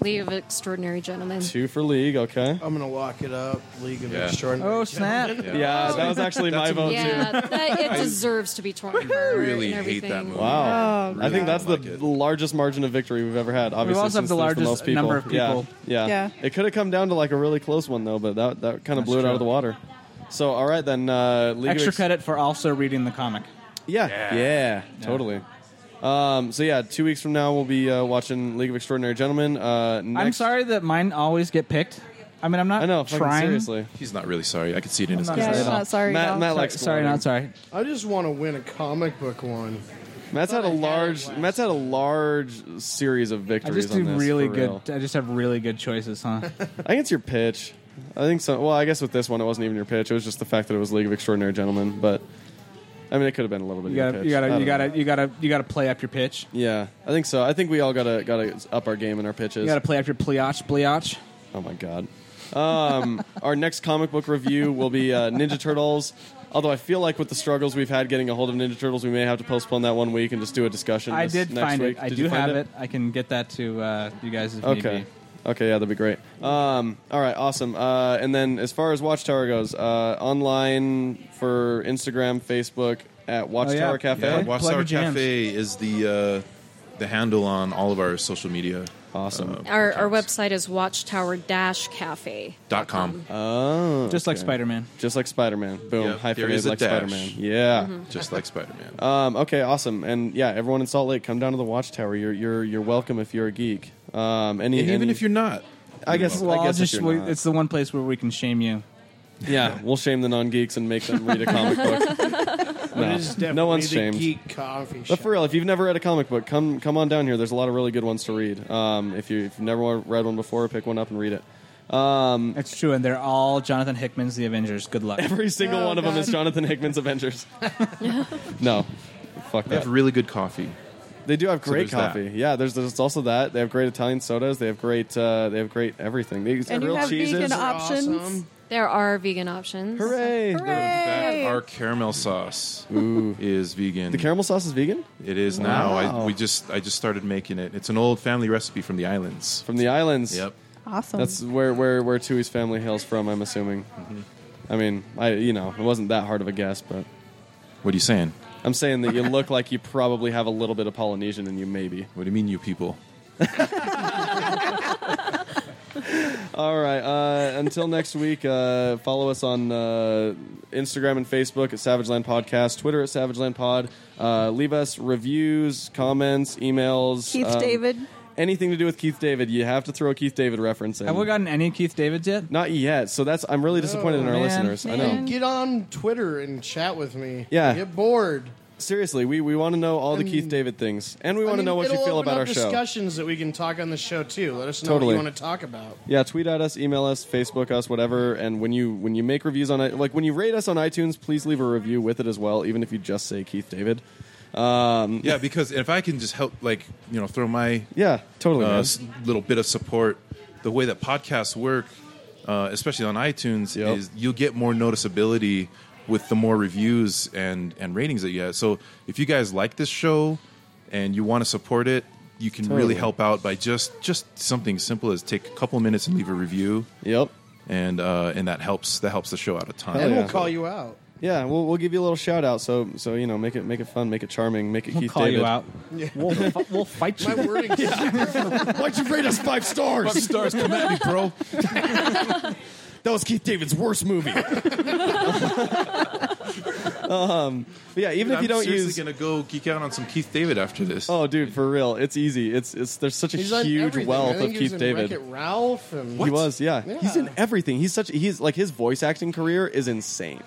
A: League of Extraordinary Gentlemen.
B: two for League. Okay.
G: I'm gonna lock it up. League of
F: Yeah.
G: Extraordinary.
E: Oh, snap.
B: Yeah, that was actually my vote too.
A: Yeah, that, it deserves to be torn apart.
F: really
A: and
F: hate
A: everything.
F: that movie.
B: Wow.
F: Really
B: I think that's the
F: don't like it.
B: largest margin of victory we've ever had. Obviously,
E: also have
B: since
E: the
B: there's
E: largest
B: most people.
E: number of people.
B: Yeah. yeah.
H: Yeah.
B: It could have come down to like a really close one though, but that that kind of
E: That's
B: blew it out
E: true.
B: of the water. So all right then, uh, League of
E: Extra
B: Ex-
E: credit for also reading the comic.
B: Yeah. yeah, totally. Um, so yeah, two weeks from now we'll be uh, watching League of Extraordinary Gentlemen. Uh, next-
E: I'm sorry that mine always get picked. I mean, I'm not
B: I know. fucking
E: trying.
B: Seriously,
F: He's not really sorry. I could see it in his
E: I'm
F: eyes.
H: Yeah,
E: not
H: I'm
E: sorry at all.
H: not sorry.
B: Matt,
H: at all.
B: Matt
E: Sorry,
B: likes
E: sorry,
B: gloating.
E: not sorry.
G: I just want to win a comic book one.
B: Matt's had a large. Matt's had a large series of
E: I
B: victories.
E: just
B: on
E: do
B: this,
E: really
B: for
E: good.
B: real.
E: I just have really good choices, huh?
B: I think it's your pitch. I think so. Well, I guess with this one, it wasn't even your pitch. It was just the fact that it was League of Extraordinary Gentlemen. But I mean, it could have been a little bit. of
E: You
B: your
E: gotta,
B: pitch.
E: you
B: I
E: gotta,
B: don't know.
E: you gotta, you gotta, you gotta play up your pitch.
B: Yeah, I think so. I think we all gotta gotta up our game in our pitches.
E: You gotta play up your pliach, pliach.
B: Oh my god. Um, our next comic book review will be uh, Ninja Turtles. Although I feel like with the struggles we've had getting a hold of Ninja Turtles, we may have to postpone that one week and just do a discussion.
E: I
B: this
E: did
B: next
E: find
B: week.
E: it. I
B: Did
E: do
B: you find
E: have it? I can get that to uh, you guys if need
B: Okay.
E: be.
B: Okay, yeah, that'd be great. Um, all right, awesome. Uh, and then as far as Watchtower goes, uh, online for Instagram, Facebook at Watchtower
E: yeah.
B: Cafe.
F: Yeah,
E: Plug-
F: Watch
E: plug
F: Tower
E: your jams.
F: Cafe is the uh, the handle on all of our social media. Uh,
B: Awesome.
A: Our, our website is watchtower-cafe.
F: dot com.
B: Oh,
E: Just like
B: okay.
E: Spider Man.
B: Just like Spider Man. Boom.
F: Yep,
B: High
F: there
B: five
F: is a
B: like
F: dash.
B: Spider Man. Yeah.
F: Just like Spider Man.
B: Um, okay, awesome. And yeah, everyone in Salt Lake, come down to the Watchtower. You're you're you're welcome if you're a geek. Um, any,
F: and even
B: any-
F: if you're not,
B: I guess
E: Well,
B: I
E: I'll
B: guess
E: just
B: if
E: we,
B: you're not.
E: it's the one place where we can shame you.
B: yeah, we'll shame the non geeks and make them read a comic book.
G: It
B: no,
G: is definitely
B: no one's
G: the
B: shamed.
G: Geek coffee
B: But
G: shop.
B: for real, if you've never read a comic book, come come on down here. There's a lot of really good ones to read. Um, if, you, if you've never wa- read one before, pick one up and read it.
E: It's true, and they're all Jonathan Hickman's The Avengers. Good luck.
B: Every single one
H: Oh,
B: of them is
H: God.
B: Jonathan Hickman's Avengers. no, fuck
F: they
B: that.
F: have really good coffee.
B: They do have
F: So
B: great
F: there's that.
B: coffee. Yeah, there's, there's also that. They have great Italian sodas. They have great uh, they have great everything. They
H: And you
B: real
H: have
B: cheeses.
H: vegan options.
G: awesome.
A: There are vegan options.
B: Hooray!
H: Hooray!
F: That our caramel sauce is vegan.
B: The caramel sauce is vegan
F: it is now. I, we just I just started making it. It's an old family recipe from the islands.
B: from the islands.
F: Yep.
H: Awesome.
B: That's where where where Tui's family hails from. I'm assuming.
F: Mm-hmm.
B: I mean, I you know it wasn't that hard of a guess, but
F: What are you saying?
B: I'm saying that you look like you probably have a little bit of Polynesian in you, maybe.
F: What do you mean, you people?
B: All right. Uh, until next week, uh, follow us on uh, Instagram and Facebook at Savage Land Podcast, Twitter at Savage Land Pod. Uh, leave us reviews, comments, emails.
H: Keith
B: um,
H: David.
B: Anything to do with Keith David, you have to throw a Keith David reference in.
E: Have we gotten any Keith Davids yet?
B: Not yet. So that's I'm really disappointed in our
E: Oh, man.
B: listeners. I know.
H: Man.
G: Get on Twitter and chat with me.
B: Yeah.
G: Get bored.
B: Seriously, we, we want to know all the Keith David things, and we want to
G: I mean,
B: know what you
G: it'll
B: feel
G: open
B: about our
G: up
B: show.
G: Discussions that we can talk on the show too. Let us know
B: Totally. Oh,
G: what you want to talk about.
B: Yeah, tweet at us, email us, Facebook us, whatever. And when you when you make reviews on it, like when you rate us on iTunes, please leave a review with it as well, even if you just say Keith David. Um,
F: Yeah, because if I can just help, like you know, throw my
B: yeah, totally.
F: uh,
B: man.
F: s- little bit of support, the way that podcasts work, uh, especially on iTunes,
B: Yep.
F: is you'll get more noticeability with the more reviews and, and ratings that you have. So if you guys like this show and you want to support it, you can
B: Totally.
F: really help out by just just something simple as take a couple minutes and leave a review,
B: Yep.
F: and uh, and that helps that helps the show out a ton.
B: Hell
G: and
B: yeah.
G: we'll call you out.
B: Yeah, we'll, we'll give you a little shout out. So so you know, make it make it fun, make it charming, make it
E: We'll
B: Keith
E: call
B: David.
E: you out. We'll, fi- we'll fight
G: My
E: you.
G: wording.
B: Why'd you rate us five stars?
F: Five stars, come at me, bro.
B: That was Keith David's worst movie. um, but yeah, even if
F: I'm
B: you don't
F: seriously
B: use.
F: gonna go geek out on some Keith David after this.
B: Oh, dude, for real, it's easy. It's it's there's such a
G: He's on
B: huge
G: everything. I
B: wealth
G: think
B: of
G: he
B: Keith
G: was in
B: David.
G: Wreck-It Ralph and
B: He was, yeah.
G: Yeah.
B: He's in everything. He's such he's like his voice acting career is insane,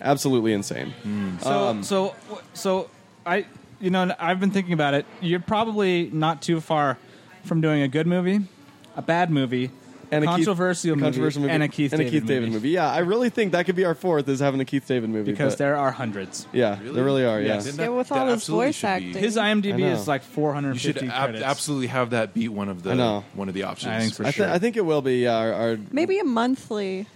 B: absolutely insane.
E: Hmm. So,
B: Um,
E: so, so I, you know, I've been thinking about it. You're probably not too far from doing a good movie, a bad movie,
B: And a Keith-
E: controversial, movie,
B: controversial
E: and a Keith David
B: David movie. Yeah, I really think that could be our fourth is having a Keith David movie
E: because
B: but-
E: there are hundreds.
B: yeah, there really are. Yeah,
F: Yes. Then
H: Yeah, with all his
F: absolutely
H: voice
F: should be-
H: acting.
E: His
B: I
E: IMDb
B: know.
E: is like
F: You should
E: 450
F: ab-
E: credits.
F: absolutely have that beat one of
B: I
F: the
B: know.
F: one of the options.
E: I think for
B: I,
E: sure.
B: th- I think it will be. Uh, our, our
H: Maybe a monthly.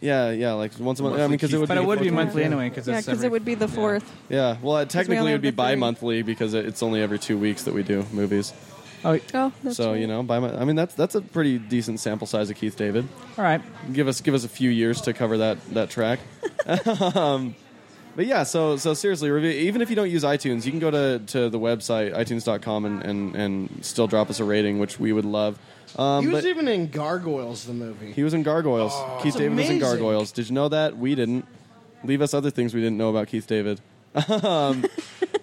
B: yeah, yeah, like once a month. I mean,
F: Monthly
B: because it
F: Keith
B: would
E: but
B: be
E: it would be
B: fourth-
E: monthly anyway because
H: Yeah,
E: it's
H: because
E: every-
H: it would be the fourth.
B: Yeah, well, it
H: only
B: technically it would
H: have
B: be
H: the three.
B: bi-monthly because it- it's only every two weeks that we do movies.
E: Oh,
H: Oh, that's
B: so
H: right.
B: you know, by my, I mean that's that's a pretty decent sample size of Keith David.
E: all right.
B: Give us give us a few years to cover that that track. um, but yeah, so so seriously, review, even if you don't use iTunes, you can go to, to the website itunes.com and, and and still drop us a rating, which we would love. Um,
G: He was
B: but
G: even in Gargoyles, the movie.
B: he was in Gargoyles. Keith David was in
G: amazing.
B: Gargoyles. Did you know that? We didn't. Leave us other things we didn't know about Keith David. um,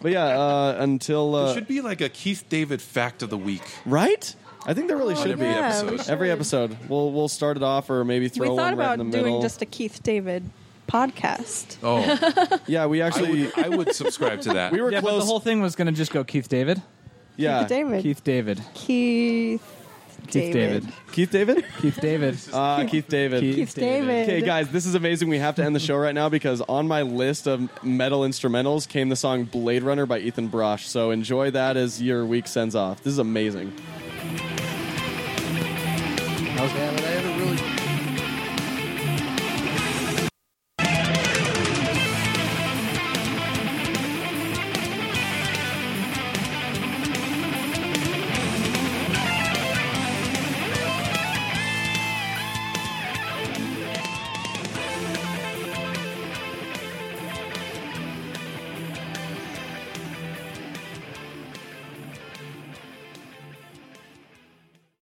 B: but yeah, uh, until uh,
F: There should be like a Keith David fact of the week.
B: right. I think there really should be.
F: every
H: yeah,
F: episode.
H: we should.
B: Every episode, we'll we'll start it off, or maybe
H: We
B: throw
H: thought
B: one right
H: about
B: in the
H: doing
B: middle.
H: just a Keith David podcast.
F: Oh,
B: yeah, we
F: I
B: actually
F: would, I would subscribe to that.
B: we were
E: Yeah, but
B: close.
E: the whole thing was going to just go Keith David.
B: yeah,
H: Keith David.
E: Keith David.
H: Keith.
E: Keith David.
B: Keith David.
E: Keith David.
B: Ah, Keith David.
E: Keith
H: Keith David.
B: Okay, guys, this is amazing. We have to end the show right now because on my list of metal instrumentals came the song "Blade Runner" by Ethan Brosh. So enjoy that as your week sends off. This is amazing.
G: Damn it, I had a really